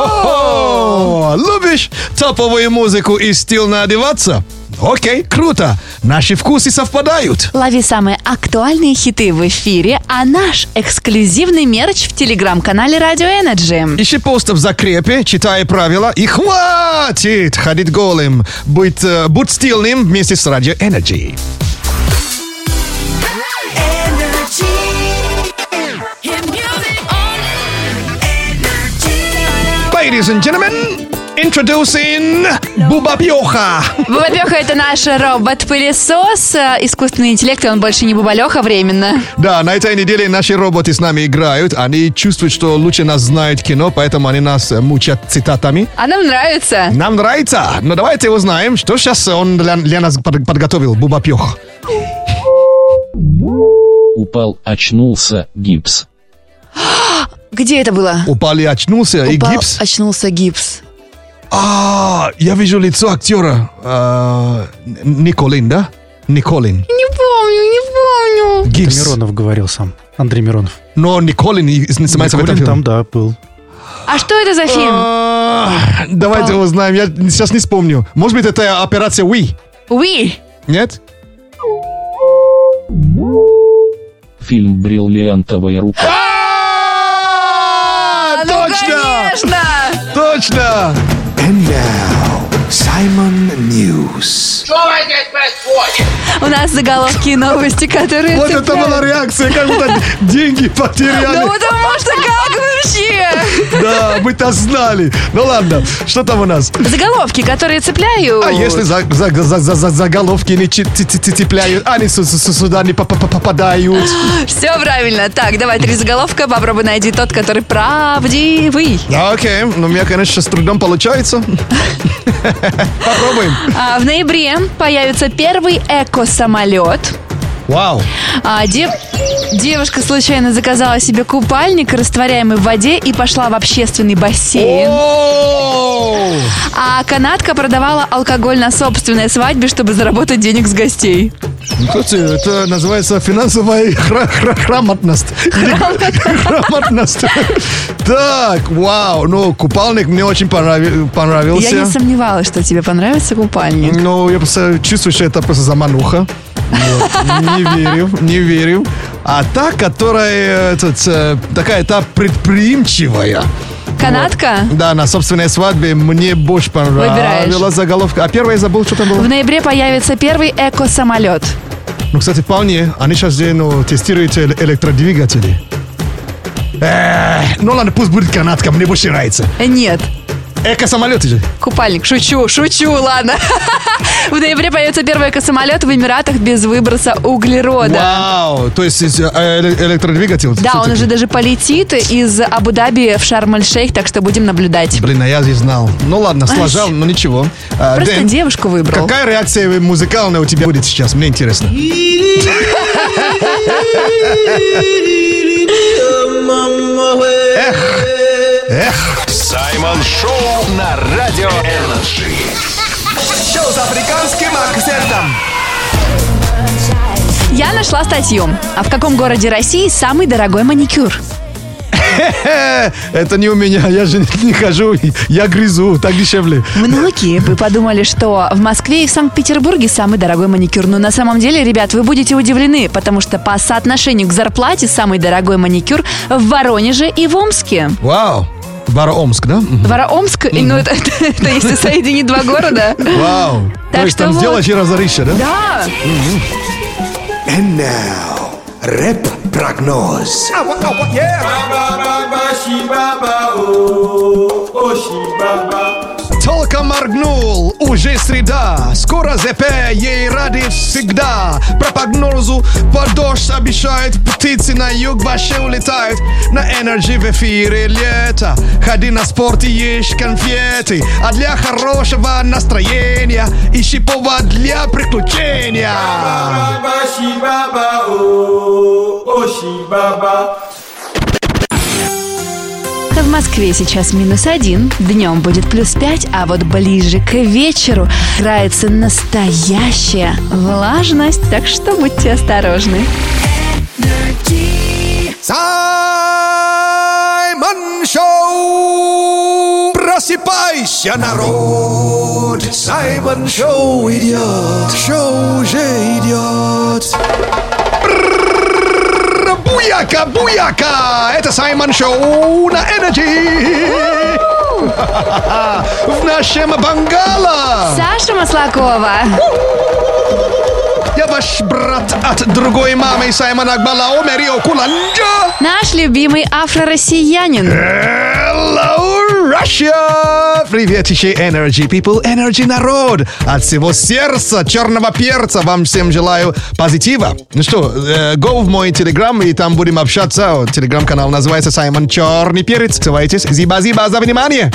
Speaker 1: О, любишь топовую музыку и стил надеваться? Окей, круто. Наши вкусы совпадают.
Speaker 2: Лови самые актуальные хиты в эфире, а наш эксклюзивный мерч в телеграм-канале Радио Energy.
Speaker 1: Ищи постов в закрепе, читай правила и хватит ходить голым. Будь, э, будь стильным вместе с Radio Energy. Ladies and gentlemen, introducing Буба Бьоха.
Speaker 2: Бабабеха — это наш робот-пылесос. э, Искусственный интеллект, и он больше не Бубалеха временно.
Speaker 1: Да, на этой неделе наши роботы с нами играют. Они чувствуют, что лучше нас знают кино, поэтому они нас э, мучат цитатами.
Speaker 2: А нам нравится.
Speaker 1: Нам нравится. Но давайте узнаем, что сейчас он для, для нас под- подготовил, Буба Пьох.
Speaker 14: Упал, очнулся, гипс.
Speaker 2: Где это было?
Speaker 1: Упал и очнулся, и
Speaker 2: Упал,
Speaker 1: гипс.
Speaker 2: очнулся гипс.
Speaker 1: А, я вижу лицо актера. Э, Николин, да? Николин.
Speaker 2: Не помню, не помню.
Speaker 1: Гипс.
Speaker 12: Это Миронов говорил сам. Андрей Миронов.
Speaker 1: Но Николин и- снимается в этом
Speaker 12: Никулин
Speaker 1: фильме.
Speaker 12: там, да, был.
Speaker 2: А что это за
Speaker 1: А,
Speaker 2: фильм?
Speaker 1: Давайте узнаем. Я сейчас не вспомню. Может быть, это операция «Уи».
Speaker 2: Уи!
Speaker 1: Нет?
Speaker 14: Фильм «Бриллиантовая рука».
Speaker 1: А,
Speaker 2: Точно!
Speaker 1: Точно!
Speaker 5: And now,
Speaker 6: Саймон Ньюс.
Speaker 8: Что у здесь происходит?
Speaker 2: У нас заголовки и новости, которые
Speaker 1: Вот
Speaker 2: цепляют.
Speaker 1: это была реакция, как будто деньги
Speaker 2: Ну
Speaker 1: потеряли.
Speaker 2: потому что как вообще?
Speaker 1: Да, мы-то знали. Ну ладно, что там у нас?
Speaker 2: Заголовки, которые цепляют.
Speaker 1: А если за, за- за- за- за- заголовки не чи- ти- ти- ти- цепляют, они су- су- сюда не поп- поп- попадают.
Speaker 2: Все правильно. Так, давай три заголовка. Попробуй найди тот, который правдивый.
Speaker 1: Да, Окей, но у меня, конечно, с трудом получается. Попробуем.
Speaker 2: А, в ноябре появится первый эко-самолет.
Speaker 1: Вау.
Speaker 2: А, дев- Девушка случайно заказала себе купальник, растворяемый в воде, и пошла в общественный бассейн. А канадка продавала алкоголь на собственной свадьбе, чтобы заработать денег с гостей.
Speaker 1: Кстати, это называется финансовая хра- хра- грамотность. Грамотность. Так, вау. Ну, купальник мне очень понрави- понравился.
Speaker 2: Я не сомневалась, что тебе понравится купальник.
Speaker 1: Ну, я просто чувствую, что это просто замануха. Вот. Не верю, не верю. А та, которая этот, э, такая, та предприимчивая.
Speaker 2: Канадка?
Speaker 1: Да, на собственной свадьбе мне больше понравилась
Speaker 2: Выбираешь.
Speaker 1: заголовка. А первая забыл, что там было?
Speaker 2: В ноябре появится первый эко-самолет.
Speaker 1: Ну, кстати, вполне. Они сейчас где, ну, тестируют эле- электродвигатели. Эх, ну ладно, пусть будет канатка, мне больше нравится.
Speaker 2: Э, Нет.
Speaker 1: Эко-самолеты же.
Speaker 2: Купальник, шучу, шучу, ладно. В ноябре появится первый эко-самолет в Эмиратах без выброса углерода.
Speaker 1: Вау, то есть э, эле- электродвигатель.
Speaker 2: Да, он
Speaker 1: всё-таки.
Speaker 2: уже даже полетит из Абу-Даби в Шарм-эль-Шейх, так что будем наблюдать.
Speaker 1: Блин, а я здесь знал. Ну ладно, сложал, но ничего. А,
Speaker 2: Просто
Speaker 1: Дэн,
Speaker 2: девушку выбрал.
Speaker 1: Какая реакция музыкальная у тебя будет сейчас? Мне интересно. Эх.
Speaker 7: Саймон Шоу на Радио Энерджи.
Speaker 5: Шоу с африканским акцентом.
Speaker 2: Я нашла статью. А в каком городе России самый дорогой маникюр?
Speaker 1: Э, Это не у меня, я же не хожу, я грызу, так дешевле.
Speaker 2: Многие вы подумали, что в Москве и в Санкт-Петербурге самый дорогой маникюр. Но на самом деле, ребят, вы будете удивлены, потому что по соотношению к зарплате самый дорогой маникюр в Воронеже и в Омске.
Speaker 1: Вау. Вароомск, да? Мгм.
Speaker 2: Вороомск, и, ну это, это- это если соединить два города.
Speaker 1: Вау.
Speaker 2: Так
Speaker 1: То есть
Speaker 2: что
Speaker 1: там
Speaker 2: вот.
Speaker 1: сделаешь и разоришься, да?
Speaker 2: Да.
Speaker 6: And now, рэп-прогноз.
Speaker 5: А
Speaker 1: Только моргнул, уже среда. Скоро ЗП, ей ради всегда. Про прогнозу под дождь обещает. Птицы на юг вообще улетают. На энерджи в эфире лето. Ходи на спорт и ешь конфеты. А для хорошего настроения ищи повод для приключения.
Speaker 2: В Москве сейчас минус один, днем будет плюс пять, а вот ближе к вечеру играется настоящая влажность, так что будьте осторожны.
Speaker 5: Саймон Шоу! Просыпайся, народ! Саймон Шоу идет! Шоу уже идет!
Speaker 1: Буяка, буяка! Это Саймон Шоу на Энерджи! В нашем бангало!
Speaker 2: Саша Маслакова.
Speaker 1: Я ваш брат от другой мамы Саймона Акбала Омерио Куланджа.
Speaker 2: Наш любимый афро-россиянин.
Speaker 1: Hello, Russia! Привет еще Energy People, Energy народ! От всего сердца черного перца вам всем желаю позитива. Ну что, э, go в мой телеграм, и там будем общаться. Вот, Телеграм-канал называется Саймон Черный Перец. Ссылайтесь. Зиба-зиба за внимание!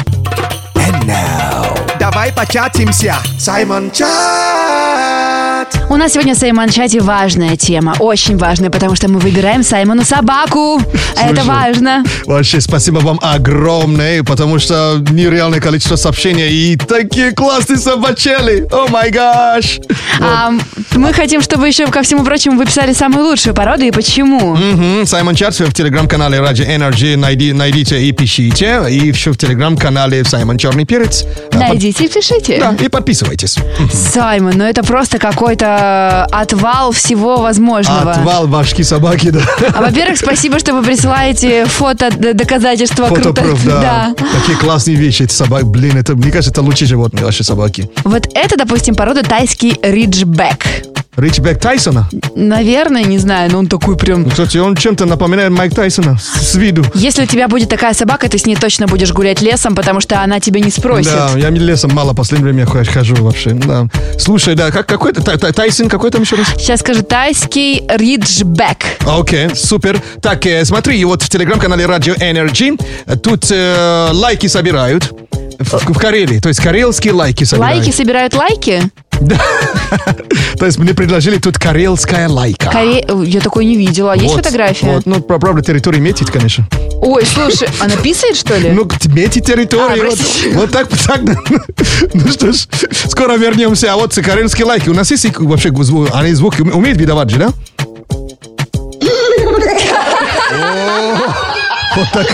Speaker 5: Давай початимся! Саймон Чат!
Speaker 2: У нас сегодня в Саймон Чате важная тема. Очень важная, потому что мы выбираем Саймону собаку. А Это
Speaker 1: Слушай.
Speaker 2: важно.
Speaker 1: Вообще, спасибо вам огромное, потому что нереальное количество сообщений и такие классные собачели. О май гаш!
Speaker 2: А, мы хотим, чтобы еще, ко всему прочему, вы писали самую лучшую породу и почему.
Speaker 1: Мгм. Саймон Чат всё в телеграм-канале Раджи Energy найди, найдите и пишите. И все в телеграм-канале Саймон Черный Перец. А, под-
Speaker 2: Найдите и пишите.
Speaker 1: Да, и подписывайтесь.
Speaker 2: Саймон, ну это просто какой-то э, отвал всего возможного.
Speaker 1: Отвал башки собаки, да.
Speaker 2: А, во-первых, спасибо, что вы присылаете фото д- доказательства
Speaker 1: Фотопруф,
Speaker 2: круто.
Speaker 1: да. Такие классные вещи эти собаки. Блин, это, мне кажется, это лучшие животные ваши собаки.
Speaker 2: Вот это, допустим, порода тайский риджбэк.
Speaker 1: Ричбек Тайсона? Ну,
Speaker 2: Наверное, не знаю, но он такой прям...
Speaker 1: Кстати, он чем-то напоминает Майк Тайсона с с виду.
Speaker 2: Если у тебя будет такая собака, ты с ней точно будешь гулять лесом, потому что она тебя не спросит.
Speaker 1: Да, я лесом мало последнее время хо- хожу вообще. Да. Слушай, да, как какой-то Тайсон, какой там еще раз? А,
Speaker 2: Сейчас скажу тайский риджбэк.
Speaker 1: Окей, супер. Так, э, смотри, и вот в телеграм-канале Radio Energy э, тут э, лайки собирают. В, в Карелии, то есть карелские лайки собирают.
Speaker 2: Э. Лайки собирают лайки?
Speaker 1: То есть мне предложили тут карелская лайка.
Speaker 2: Коре- Я такой не видела. А Есть
Speaker 1: Вот,
Speaker 2: фотография?
Speaker 1: вот, ну, про- правда, территорию метит, конечно.
Speaker 2: Ой, слушай, она писает, что ли?
Speaker 1: Ну, к- метит территорию.
Speaker 2: А,
Speaker 1: вот,
Speaker 2: простите.
Speaker 1: вот так, так. Ну что ж, скоро вернемся. А вот карельские лайки. У нас есть и вообще зву- они звуки уме- умеют выдавать же, да? О, Вот так.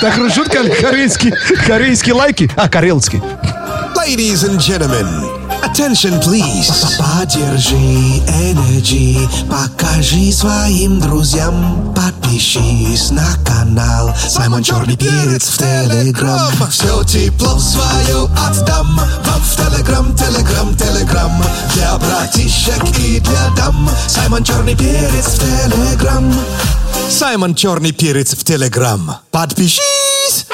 Speaker 1: Так шутка корейские, корейские лайки. А, карелские.
Speaker 6: Ladies and gentlemen, attention please. Поддержи Energy, покажи своим друзьям, подпишись на канал. Саймон Черный Перец в Телеграм. Все тепло свое отдам вам в Телеграм, Телеграм, Телеграм. Для братишек и для дам. Саймон Черный Перец в Телеграм. Саймон Черный Перец в Телеграм. Подпишись!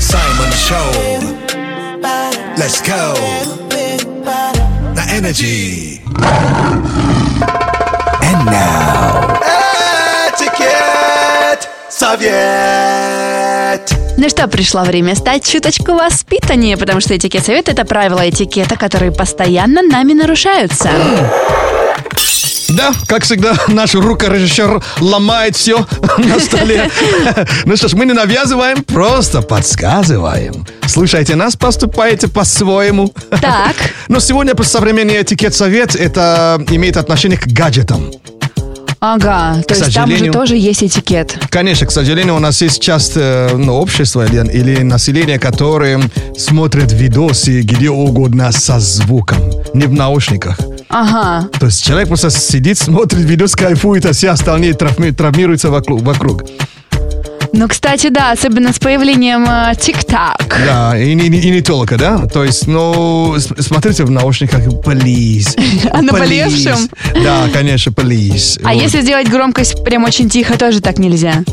Speaker 6: Саймон Шоу. Let's go. The energy. And now. Этикет. Совет.
Speaker 2: Ну что, пришло время стать чуточку воспитаннее, потому что этикет совет – это правила этикета, которые постоянно нами нарушаются.
Speaker 1: Да, как всегда, наш рукорежиссер ломает все на столе. Ну что ж, мы не навязываем, просто подсказываем. Слушайте нас, поступайте по-своему.
Speaker 2: Так.
Speaker 1: Но сегодня просто современный этикет-совет это имеет отношение к гаджетам.
Speaker 2: Ага, то
Speaker 1: К
Speaker 2: есть там уже
Speaker 1: сожалению.
Speaker 2: тоже есть этикет.
Speaker 1: Конечно, к сожалению, у нас есть часто ну, общество или, или население, которое смотрит видосы где угодно со звуком, не в наушниках.
Speaker 2: Ага.
Speaker 1: То есть человек просто сидит, смотрит видос, кайфует, а все остальные травми- травмируются вокруг. вокруг.
Speaker 2: Ну, кстати, да, особенно с появлением э, ТикТак.
Speaker 1: Да, и, не- и не только, да? То есть, ну, с- смотрите в наушниках, please.
Speaker 2: А на болевшем?
Speaker 1: please. Да, конечно, please.
Speaker 2: А
Speaker 1: Вот.
Speaker 2: если сделать громкость прям очень тихо, тоже так нельзя.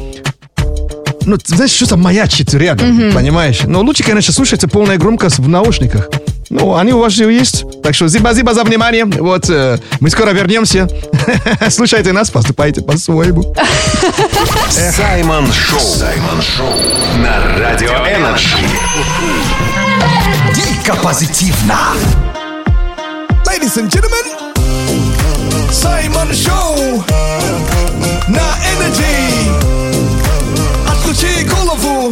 Speaker 1: Ну, ты знаешь, что-то маячит рядом,
Speaker 2: Мгм.
Speaker 1: понимаешь? Но лучше, конечно, слушайте полная громкость в наушниках. Ну, они у вас же есть. Так что зиба-зиба за внимание. Вот, э, мы скоро вернемся. Слушайте нас, поступайте по-своему.
Speaker 7: Саймон Шоу. Саймон Шоу на Радио Энерджи.
Speaker 5: Дико позитивно.
Speaker 6: Ladies and gentlemen. Саймон Шоу. На energy. Отключи голову.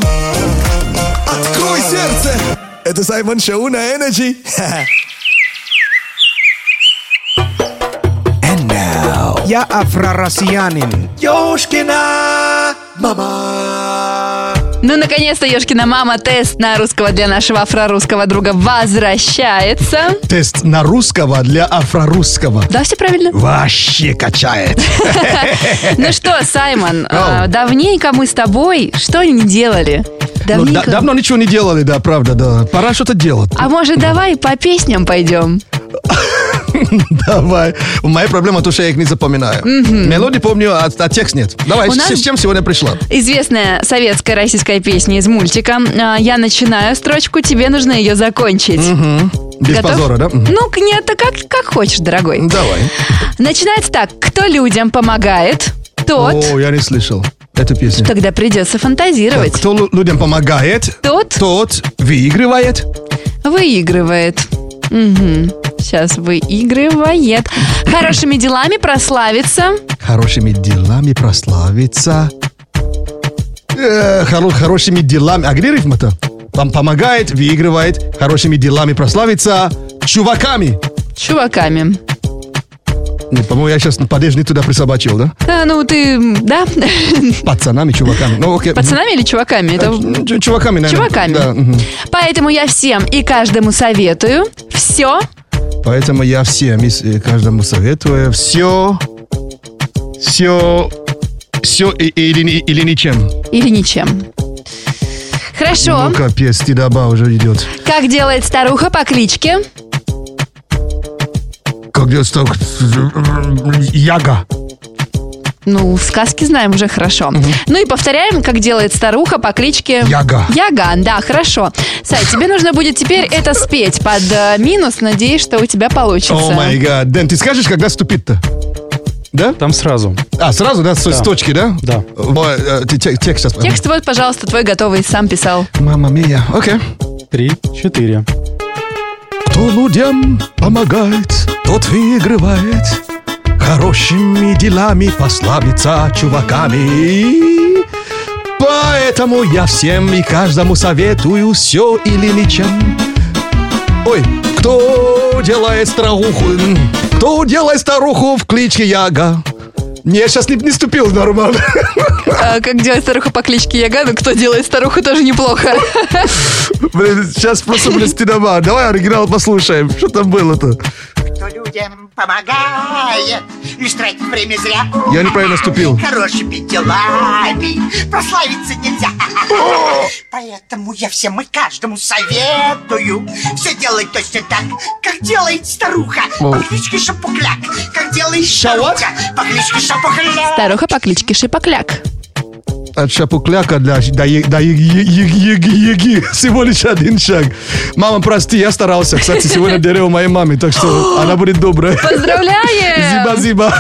Speaker 6: Открой сердце. Это Саймон Шоу на energy.
Speaker 4: Я афророссиянин.
Speaker 6: Ёшкина мама.
Speaker 2: Ну, наконец-то, Ёшкина мама, тест на русского для нашего афрорусского друга возвращается.
Speaker 1: Тест на русского для афрорусского.
Speaker 2: Да, все правильно?
Speaker 1: Вообще качает.
Speaker 2: Ну что, Саймон,
Speaker 1: Э. Ау.
Speaker 2: э, давненько мы с тобой что не делали?
Speaker 1: Ну, да-
Speaker 2: Давненько.
Speaker 1: давно ничего не делали, да, правда, да. Пора что-то делать.
Speaker 2: А может, давай по песням пойдем?
Speaker 1: Давай. Моя проблема то, что я их не запоминаю.
Speaker 2: Мгм.
Speaker 1: Мелодии помню, а, а текст нет. Давай,
Speaker 2: У
Speaker 1: с,
Speaker 2: нас-
Speaker 1: с чем сегодня пришла?
Speaker 2: Известная советская российская песня из мультика. А, Я начинаю строчку, тебе нужно ее закончить.
Speaker 1: Без
Speaker 2: Готов?
Speaker 1: позора, да? Мгм.
Speaker 2: Ну, к- нет, а как, как хочешь, дорогой.
Speaker 1: Давай.
Speaker 2: Начинается так. Кто людям помогает, тот,
Speaker 1: О, я не слышал эту песню.
Speaker 2: тогда придется
Speaker 1: Так,
Speaker 2: фантазировать,
Speaker 1: кто лю- людям помогает,
Speaker 2: Тот?
Speaker 1: тот выигрывает.
Speaker 2: выигрывает. Сейчас выигрывает. Хорошими делами прославится.
Speaker 1: Хорошими делами прославится. Э, хоро- хорошими делами. А где рифма-то? Пом- помогает, выигрывает, хорошими делами прославится. Чуваками.
Speaker 2: Чуваками.
Speaker 1: Не, по-моему, я сейчас подожди туда присобачил, да?
Speaker 2: А, ну ты, м, да?
Speaker 1: Пацанами, чуваками. Ну, окей.
Speaker 2: Пацанами или чуваками? Это...
Speaker 1: Мгм. Чу- Чуваками, наверное.
Speaker 2: Чуваками.
Speaker 1: Да, мгм.
Speaker 2: Поэтому я всем и каждому советую все
Speaker 1: Поэтому я всем, и с- и каждому советую все, все, все и- или, или ничем.
Speaker 2: Или ничем. Хорошо.
Speaker 1: Ну, капец, стыдоба уже идет.
Speaker 2: Как делает старуха по кличке?
Speaker 1: Как делать так? Яга.
Speaker 2: Ну, сказки знаем уже хорошо. Ну и повторяем, как делает старуха по кличке...
Speaker 1: Яга.
Speaker 2: Яган, да, хорошо. Сай, тебе нужно будет теперь это спеть под э, минус. Надеюсь, что у тебя получится.
Speaker 1: О май гад. Дэн, ты скажешь, когда ступит-то? Да?
Speaker 12: Там сразу.
Speaker 1: А, сразу, да, с, с
Speaker 12: Да.
Speaker 1: точки, да?
Speaker 12: Да.
Speaker 1: Во, э, ты те- текст сейчас.
Speaker 2: Текст вот, пожалуйста, твой готовый, сам писал.
Speaker 1: Мама мия. Окей.
Speaker 12: Три, четыре.
Speaker 1: Кто людям помогает, тот выигрывает. Хорошими делами пославится чуваками. Поэтому я всем и каждому советую все или ничем. Ой, кто делает старуху? м, Кто делает старуху в кличке Яга? Не, сейчас не, не ступил нормально.
Speaker 2: А, как делает старуха по кличке Яган, кто делает старуху, тоже неплохо.
Speaker 1: Блин, сейчас просто, блин, стенома. Давай оригинал послушаем. Что там было-то?
Speaker 15: кто людям помогает и тратит время зря.
Speaker 1: Я неправильно ступил.
Speaker 15: Хорошими делами прославиться нельзя. Поэтому я всем и каждому советую все делать точно так, как делает старуха
Speaker 2: Воу.
Speaker 15: по кличке Шапокляк, как делает старуха по кличке Шапокляк.
Speaker 2: Старуха по кличке Шипокляк.
Speaker 1: От шапукляка до, до, е- до е- е- е- е- еги. Всего лишь один шаг. Мама, прости, я старался. Кстати, сегодня дерево моей маме, так что она будет добрая.
Speaker 2: Поздравляем!
Speaker 1: Зиба-зиба.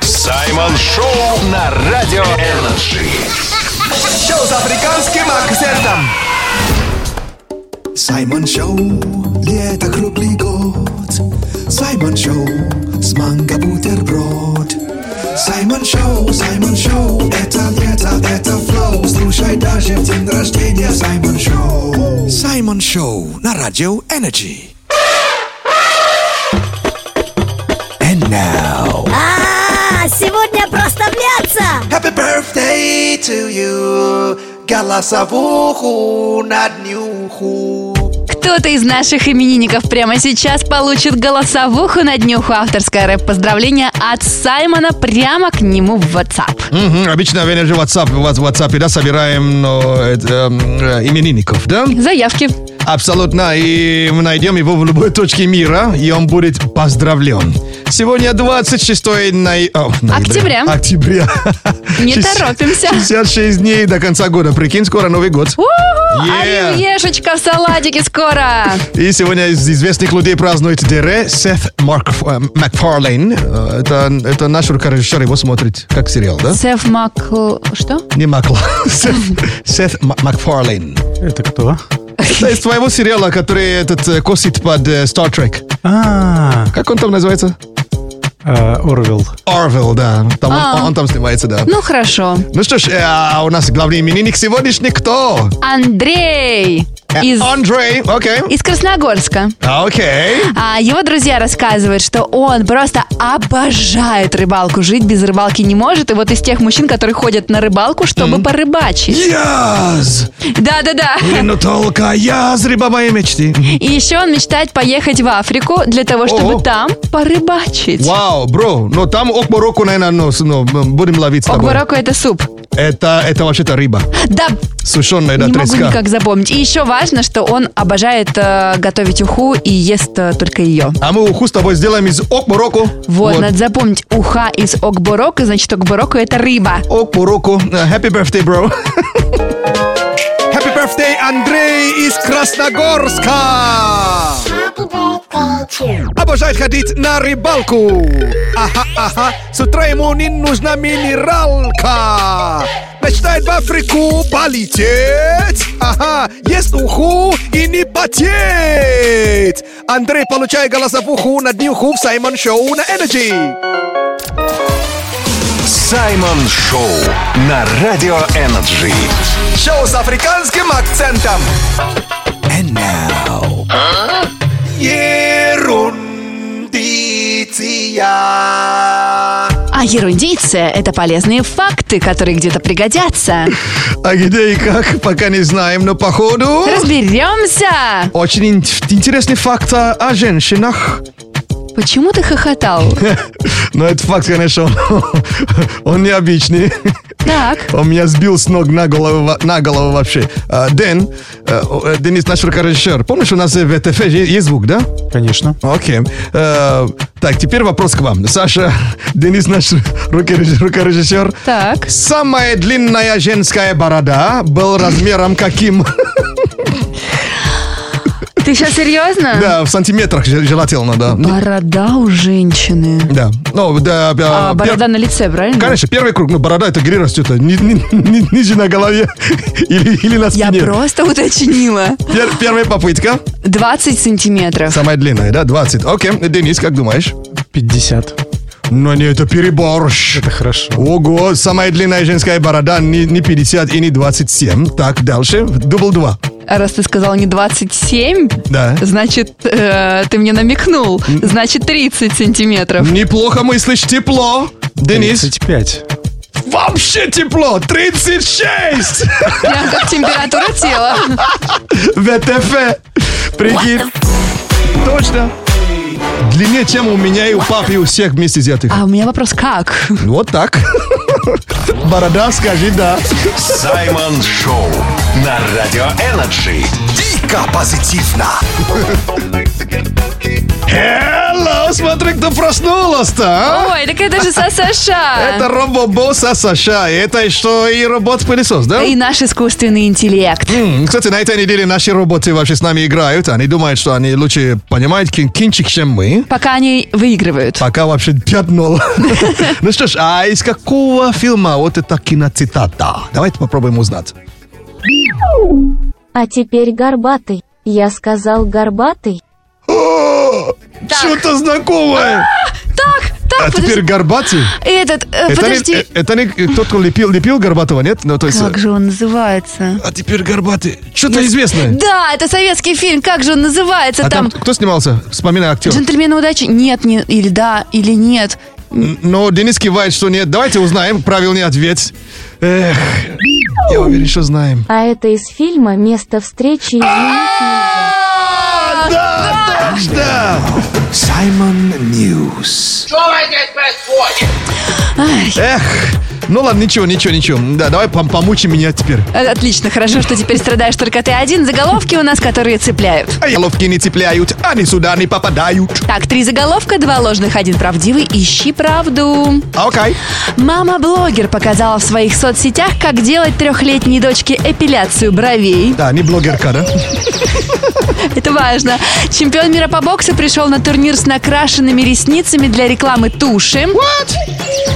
Speaker 7: Саймон Шоу на Радио Энерджи.
Speaker 5: Шоу с африканским акцентом.
Speaker 6: Саймон Шоу, лето круглый год. Саймон Шоу, с манго бутерброд. Саймон Шоу, Саймон Шоу, это лето, это флоу. Слушай даже в день рождения Саймон Шоу. Саймон Шоу на Радио Энерджи. And now...
Speaker 10: А, сегодня проставляться!
Speaker 6: Happy birthday to you, голосовуху на днюху.
Speaker 2: Кто-то из наших именинников прямо сейчас получит голосовуху на днюху авторское рэп-поздравление от Саймона прямо к нему в WhatsApp.
Speaker 1: Мгм, Обычно в Energy WhatsApp, в WhatsApp, да, собираем но, это, эм, э, именинников, да?
Speaker 2: Заявки.
Speaker 1: Абсолютно. И мы найдем его в любой точке мира, и он будет поздравлен. Сегодня 26 ноя- о, ноября.
Speaker 2: Октября.
Speaker 1: Октября.
Speaker 2: Не
Speaker 1: Шесть-
Speaker 2: торопимся.
Speaker 1: 66 дней до конца года. Прикинь, скоро Новый год.
Speaker 2: У-ху!
Speaker 1: Yeah.
Speaker 2: Оливьешечка в салатике скоро!
Speaker 1: И сегодня из известных людей празднует Дере Сет Марк, э, Макфарлейн. Э, Это, это наш рукорежиссер, его смотрит как сериал, да?
Speaker 2: Сеф Макл... э, Что?
Speaker 1: Не Макла. Сет, Сет Ма- Макфарлейн.
Speaker 12: Это кто?
Speaker 1: Это из твоего сериала, который этот э, косит под э, Star Trek.
Speaker 12: А,
Speaker 1: Как он там называется?
Speaker 12: Орвилл.
Speaker 1: Орвел, да. Там он-
Speaker 2: А.
Speaker 1: он, там снимается, да.
Speaker 2: Ну хорошо.
Speaker 1: Ну что ж, э, а у нас главный именинник сегодняшний кто?
Speaker 2: Андрей!
Speaker 1: Э,
Speaker 2: Из...
Speaker 1: Андрей, окей.
Speaker 2: Из Красногорска.
Speaker 1: А, Окей.
Speaker 2: А его друзья рассказывают, что он просто обожает рыбалку. Жить без рыбалки не может. И вот из тех мужчин, которые ходят на рыбалку, чтобы порыбачить.
Speaker 1: Яз!
Speaker 2: Да-да-да.
Speaker 1: Ну только яз, рыба моей мечты.
Speaker 2: И еще он мечтает поехать в Африку для того, чтобы
Speaker 1: О.
Speaker 2: там порыбачить.
Speaker 1: Вау, бро, но там окбороку, наверное, ну, с- ну, м, будем ловить с тобой.
Speaker 2: Окбароко это суп.
Speaker 1: Это, это вообще-то рыба.
Speaker 2: Да,
Speaker 1: Сушеная, да,
Speaker 2: не могу
Speaker 1: треска.
Speaker 2: никак запомнить. И еще важно, что он обожает э, готовить уху и ест э, только ее.
Speaker 1: А мы уху с тобой сделаем из окбороку.
Speaker 2: Вот, надо запомнить, уха из окборока, значит, окбороко это рыба.
Speaker 1: Окбороку. Э, Happy birthday, бро. Happy birthday, Андрей из Красногорска.
Speaker 5: Обожает ходить на рыбалку. Ага, ага, с утра ему не нужна минералка. Мечтает в Африку полететь. Ага, ест уху и не потеть. Андрей, получай голосовуху на днюху в Саймон Шоу на Энерджи.
Speaker 7: Саймон Шоу на Радио Энерджи.
Speaker 5: Шоу с африканским акцентом. And now... Ерундиция.
Speaker 2: А ерундиция – это полезные факты, которые где-то пригодятся.
Speaker 1: А где и как, пока не знаем, но походу...
Speaker 2: Разберемся!
Speaker 1: Очень ин- интересный факт о о женщинах.
Speaker 2: Почему ты хохотал?
Speaker 1: Но этот факт, конечно, он, он необычный.
Speaker 2: Так.
Speaker 1: Он меня сбил с ног на голову, во- на голову вообще. А, Дэн, э, э, Денис, наш режиссер, помнишь, у нас э, в ТФ же есть звук, да?
Speaker 12: Конечно.
Speaker 1: Окей. Э, Так, теперь вопрос к вам. Саша, Денис, наш рукореж- рукорежиссер.
Speaker 2: Так.
Speaker 1: Самая длинная женская борода был размером каким?
Speaker 2: Ты сейчас серьезно?
Speaker 1: Да, в сантиметрах же- желательно, да.
Speaker 2: Ну. Борода у женщины.
Speaker 1: Да. Ну, да, да,
Speaker 2: А
Speaker 1: пер-
Speaker 2: борода на лице, правильно?
Speaker 1: Конечно, первый круг, ну, борода это где растет, ни- ни- ни- ниже на голове или, или на
Speaker 2: Я
Speaker 1: спине.
Speaker 2: просто уточнила.
Speaker 1: Пер- первая попытка,
Speaker 2: 20 сантиметров.
Speaker 1: самая длинная, да, 20. Окей, Денис, как думаешь?
Speaker 12: 50.
Speaker 1: Но не, это перебор. Это
Speaker 12: хорошо.
Speaker 1: Ого, самая длинная женская борода не, не 50 и не 27. Так, дальше, дубл 2.
Speaker 2: Раз ты сказал не 27,
Speaker 1: Да.
Speaker 2: значит, э, ты мне намекнул. Значит, 30 сантиметров.
Speaker 1: Неплохо мыслишь, тепло. Денис?
Speaker 12: 35.
Speaker 1: Вообще тепло, 36!
Speaker 2: Прям как температура тела.
Speaker 1: ВТФ. Прикинь. Точно. Длиннее, чем у меня и у папы, и у всех вместе взятых.
Speaker 2: А у меня вопрос, как?
Speaker 1: Вот так. Борода, скажи да.
Speaker 7: Саймон Шоу на Радио Энерджи.
Speaker 1: Дико позитивно. Hello, смотри, кто проснулась-то, а?
Speaker 2: Ой, так это же Саша.
Speaker 1: Это робобос Саша. Это что и робот-пылесос, да?
Speaker 2: И наш искусственный интеллект.
Speaker 1: М, Кстати, на этой неделе наши роботы вообще с нами играют. Они думают, что они лучше понимают кин- кинчик, чем мы.
Speaker 2: Пока они выигрывают.
Speaker 1: Пока вообще 5-0. Ну что ж, а из какого фильма вот эта киноцитата? Давайте попробуем узнать.
Speaker 16: А теперь горбатый. Я сказал горбатый.
Speaker 1: Что-то А, знакомое.
Speaker 2: Так,
Speaker 1: А
Speaker 2: так,
Speaker 1: теперь
Speaker 2: подожди.
Speaker 1: горбатый?
Speaker 2: Этот,
Speaker 1: Это
Speaker 2: э,
Speaker 1: не-
Speaker 2: подожди.
Speaker 1: э, Это не тот, кто лепил, лепил горбатого, нет? Ну, то есть...
Speaker 2: Как же он называется?
Speaker 1: А теперь горбатый. Что-то известное.
Speaker 2: Да, это советский фильм. Как же он называется?
Speaker 1: А там
Speaker 2: там
Speaker 1: кто снимался? Вспоминай актер.
Speaker 2: джентльмены удачи? Нет, не, или да, или нет.
Speaker 1: Н- Но Денис кивает, что нет. Давайте узнаем правильный ответ. Эх, я уверен, что знаем.
Speaker 16: А это из фильма «Место встречи изменить
Speaker 2: А,
Speaker 16: нельзя».
Speaker 1: Да.
Speaker 5: Саймон Ньюс.
Speaker 15: Что здесь происходит?
Speaker 1: Эх, ну ладно, ничего, ничего, ничего. Да, давай пом- помучи меня теперь.
Speaker 2: Э, Отлично, хорошо, что теперь страдаешь только ты один. Заголовки у нас, которые цепляют.
Speaker 1: А я ловки не цепляют, они сюда не попадают.
Speaker 2: Так, три заголовка, два ложных, один правдивый. Ищи правду.
Speaker 1: А, Окей.
Speaker 2: Мама-блогер показала в своих соцсетях, как делать трехлетней дочке эпиляцию бровей.
Speaker 1: Да, не блогерка, да?
Speaker 2: Это важно. Чемпион мира по боксу пришел на турнир с накрашенными ресницами для рекламы туши.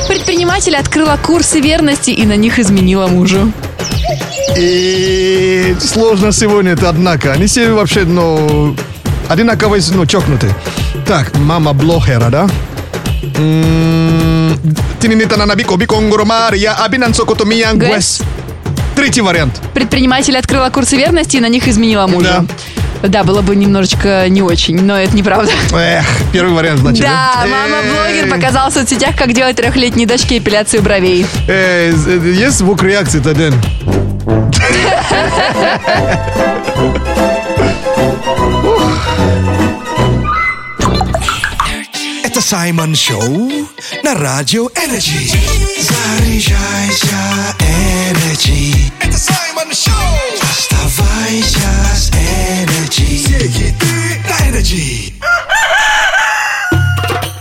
Speaker 2: Предприниматель открыла курсы верности и на них изменила мужу.
Speaker 1: И сложно сегодня это, однако. Они все вообще, ну, одинаково, ну, чокнуты. Так, мама блогера, да? М, Тининитана на бико, биконгуро мария, абинан сокото миян гуэс. Третий вариант.
Speaker 2: Предприниматель открыла курсы верности и на них изменила мужа. Да. было бы немножечко не очень, но это неправда.
Speaker 1: Эх, первый вариант, значит.
Speaker 2: Да,
Speaker 1: э?
Speaker 2: мама-блогер показала в соцсетях, как делать трехлетней дочке эпиляцию бровей.
Speaker 1: Э, з- э, есть звук реакции, Таден?
Speaker 5: Это Саймон Шоу на Радио Энерджи.
Speaker 6: Заряжайся, Energy. Это Саймон Шоу. Оставайся с Energy. Все хиты на Energy.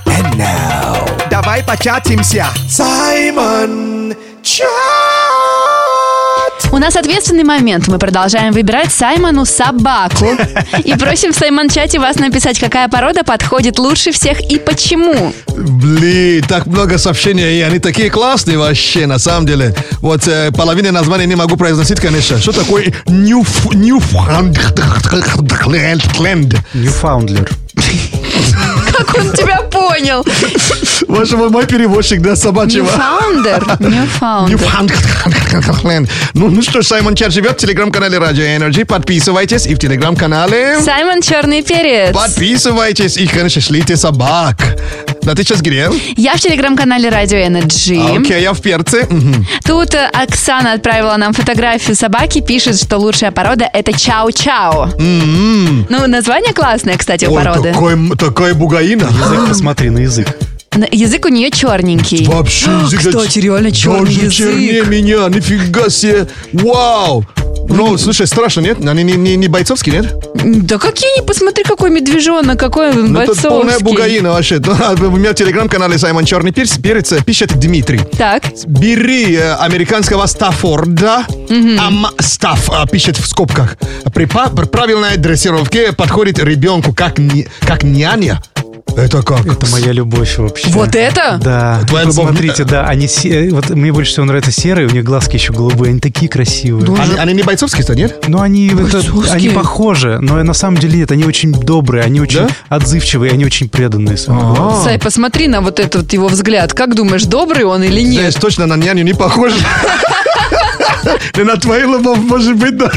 Speaker 5: And now. Давай початимся. Саймон Чат.
Speaker 2: У нас ответственный момент. Мы продолжаем выбирать Саймону собаку. И просим в Саймон-чате вас написать, какая порода подходит лучше всех и почему.
Speaker 1: Блин, так много сообщений, и они такие классные вообще, на самом деле. Вот э, половина названий не могу произносить, конечно. Что такое Ньюф... Ньюфаундленд?
Speaker 12: Ньюфаундлер.
Speaker 2: Как он тебя понял?
Speaker 1: Ваш мой переводчик, да, собачьего.
Speaker 2: Ньюфаундер.
Speaker 1: Ньюфаундер. Ну, ну что ж, Саймон Чар живет в телеграм-канале Радио Energy. Подписывайтесь и в телеграм-канале...
Speaker 2: Саймон Черный Перец.
Speaker 1: Подписывайтесь и, конечно, шлите собак. А ты сейчас где? А,
Speaker 2: Я в телеграм-канале Радио Energy.
Speaker 1: Окей, я в перце. Мгм.
Speaker 2: Тут э, Оксана отправила нам фотографию собаки, пишет, что лучшая порода это чау-чау.
Speaker 1: М-м.
Speaker 2: Ну, название классное, кстати, у
Speaker 1: Ой,
Speaker 2: породы.
Speaker 1: такой, м- такой бугаина.
Speaker 12: Язык, посмотри на язык.
Speaker 2: Н- Язык у нее черненький.
Speaker 1: Вообще язык...
Speaker 2: А, Кстати, реально черный
Speaker 1: Даже
Speaker 2: язык.
Speaker 1: чернее меня, нифига себе. Вау. Ну, слушай, страшно, нет? Они не, не, не бойцовские, нет?
Speaker 2: М, Да какие не посмотри, какой медвежонок, какой он
Speaker 1: Ну, тут полная
Speaker 2: бойцовский.
Speaker 1: бугаина вообще. Ну, а У меня в телеграм-канале Саймон Черный Перец, перец э, пишет Дмитрий.
Speaker 2: Так.
Speaker 1: Бери э, американского Стаффорда. Ам- Стафф э, пишет в скобках. При па- при правильной дрессировке подходит ребенку как, ни- как няня. Это как?
Speaker 12: Это моя любовь вообще.
Speaker 2: Вот это?
Speaker 12: Да.
Speaker 1: Твоя
Speaker 12: Вы
Speaker 1: любовь-
Speaker 12: Смотрите, да, они се- вот мне больше всего нравятся серые, у них глазки еще голубые, они такие красивые.
Speaker 1: Они, они не бойцовские-то, нет?
Speaker 12: Но они, это-
Speaker 1: Бойцовские?
Speaker 12: они похожи, но на самом деле нет, они очень добрые, они очень отзывчивые, они очень преданные. самое главное.
Speaker 1: А.
Speaker 2: Сай, посмотри на вот этот его взгляд. Как думаешь, добрый он или нет?
Speaker 1: Знаешь, точно на няню не похож. Да на твою любовь, может быть, да.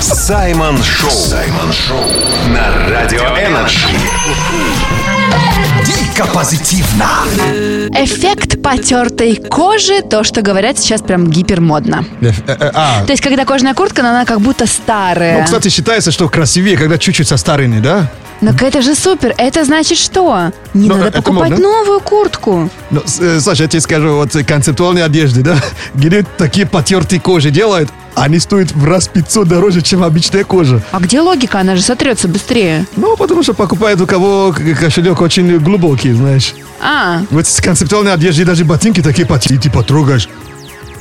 Speaker 7: Саймон Шоу. Саймон Шоу. На Радио Энерджи.
Speaker 6: Дико позитивно.
Speaker 2: Эффект потертой кожи, то, что говорят сейчас прям гипермодно.
Speaker 1: Э, э, э, а.
Speaker 2: То есть, когда кожная куртка, но она как будто старая.
Speaker 1: Ну, кстати, считается, что красивее, когда чуть-чуть состарены, да?
Speaker 2: Но это же супер. Это значит что? Не
Speaker 1: Ну,
Speaker 2: надо
Speaker 1: это
Speaker 2: покупать
Speaker 1: модно.
Speaker 2: новую куртку.
Speaker 1: Ну, с- э, Саша, я тебе скажу, вот э, концептуальные одежды, да, где такие потертые кожи делают, они стоят в раз 500 дороже, чем обычная кожа.
Speaker 2: А где логика? Она же сотрется быстрее.
Speaker 1: Ну, потому что покупают у кого к- кошелек очень глубокий, знаешь.
Speaker 2: А,
Speaker 1: Вот с концептуальной одеждой даже ботинки такие потертые, типа трогаешь.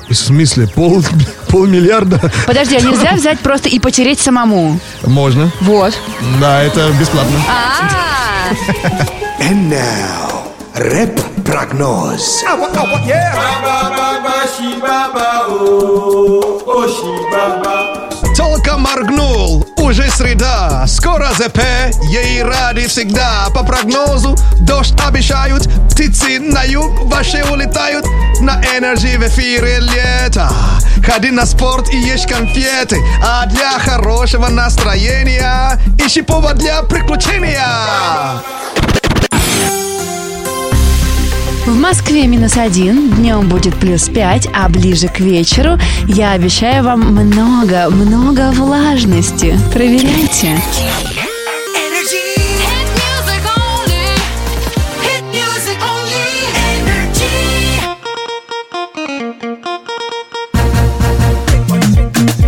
Speaker 1: В смысле, пол, полмиллиарда?
Speaker 2: подожди, а нельзя взять просто и потереть самому?
Speaker 1: Можно.
Speaker 2: Вот.
Speaker 1: Да, это бесплатно.
Speaker 2: А,
Speaker 6: And now, рэп-прогноз.
Speaker 1: А Только моргнул, уже среда. Скоро ЗП, ей ради всегда. По прогнозу дождь обещают, птицы на юг ваши улетают. На энергии в эфире лето. Ходи на спорт и ешь конфеты. А для хорошего настроения ищи повод для приключения.
Speaker 2: В Москве минус один, днем будет плюс пять, а ближе к вечеру я обещаю вам много, много влажности. Проверяйте.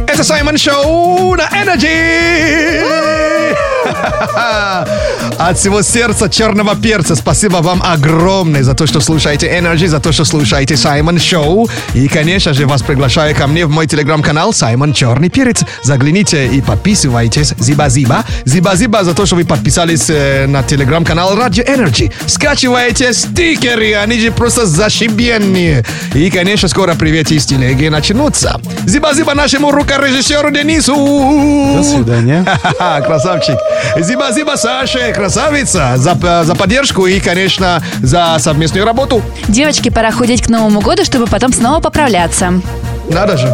Speaker 1: Это Саймон Шоу на Energy! От всего сердца черного перца спасибо вам огромное за то, что слушаете Energy, за то, что слушаете Саймон Шоу. И, конечно же, вас приглашаю ко мне в мой телеграм-канал Саймон Черный Перец. Загляните и подписывайтесь. Зиба-зиба. Зиба-зиба за то, что вы подписались э, на телеграм-канал Radio Energy. Скачивайте стикеры, они же просто зашибенные. И, конечно, скоро привет из телеги начнутся. Зиба-зиба нашему рукорежиссеру Денису.
Speaker 12: До свидания.
Speaker 1: Ха-ха, Красавчик. Зиба-зиба, Саша, красавица. За, э, за поддержку и, конечно, за совместную работу.
Speaker 2: Девочки, пора худеть к Новому году, чтобы потом снова поправляться.
Speaker 1: Надо же.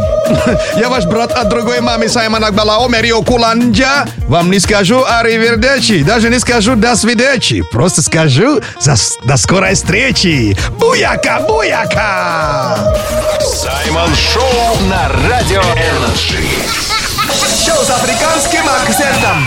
Speaker 1: Я ваш брат от другой мамы Саймон Акбалао, Мерио Куланджа. Вам не скажу аривердечи, даже не скажу до свидечи. Просто скажу за- до скорой встречи. Буяка, буяка!
Speaker 7: Саймон Шоу на Радио Энерджи.
Speaker 5: Шоу с африканским акцентом.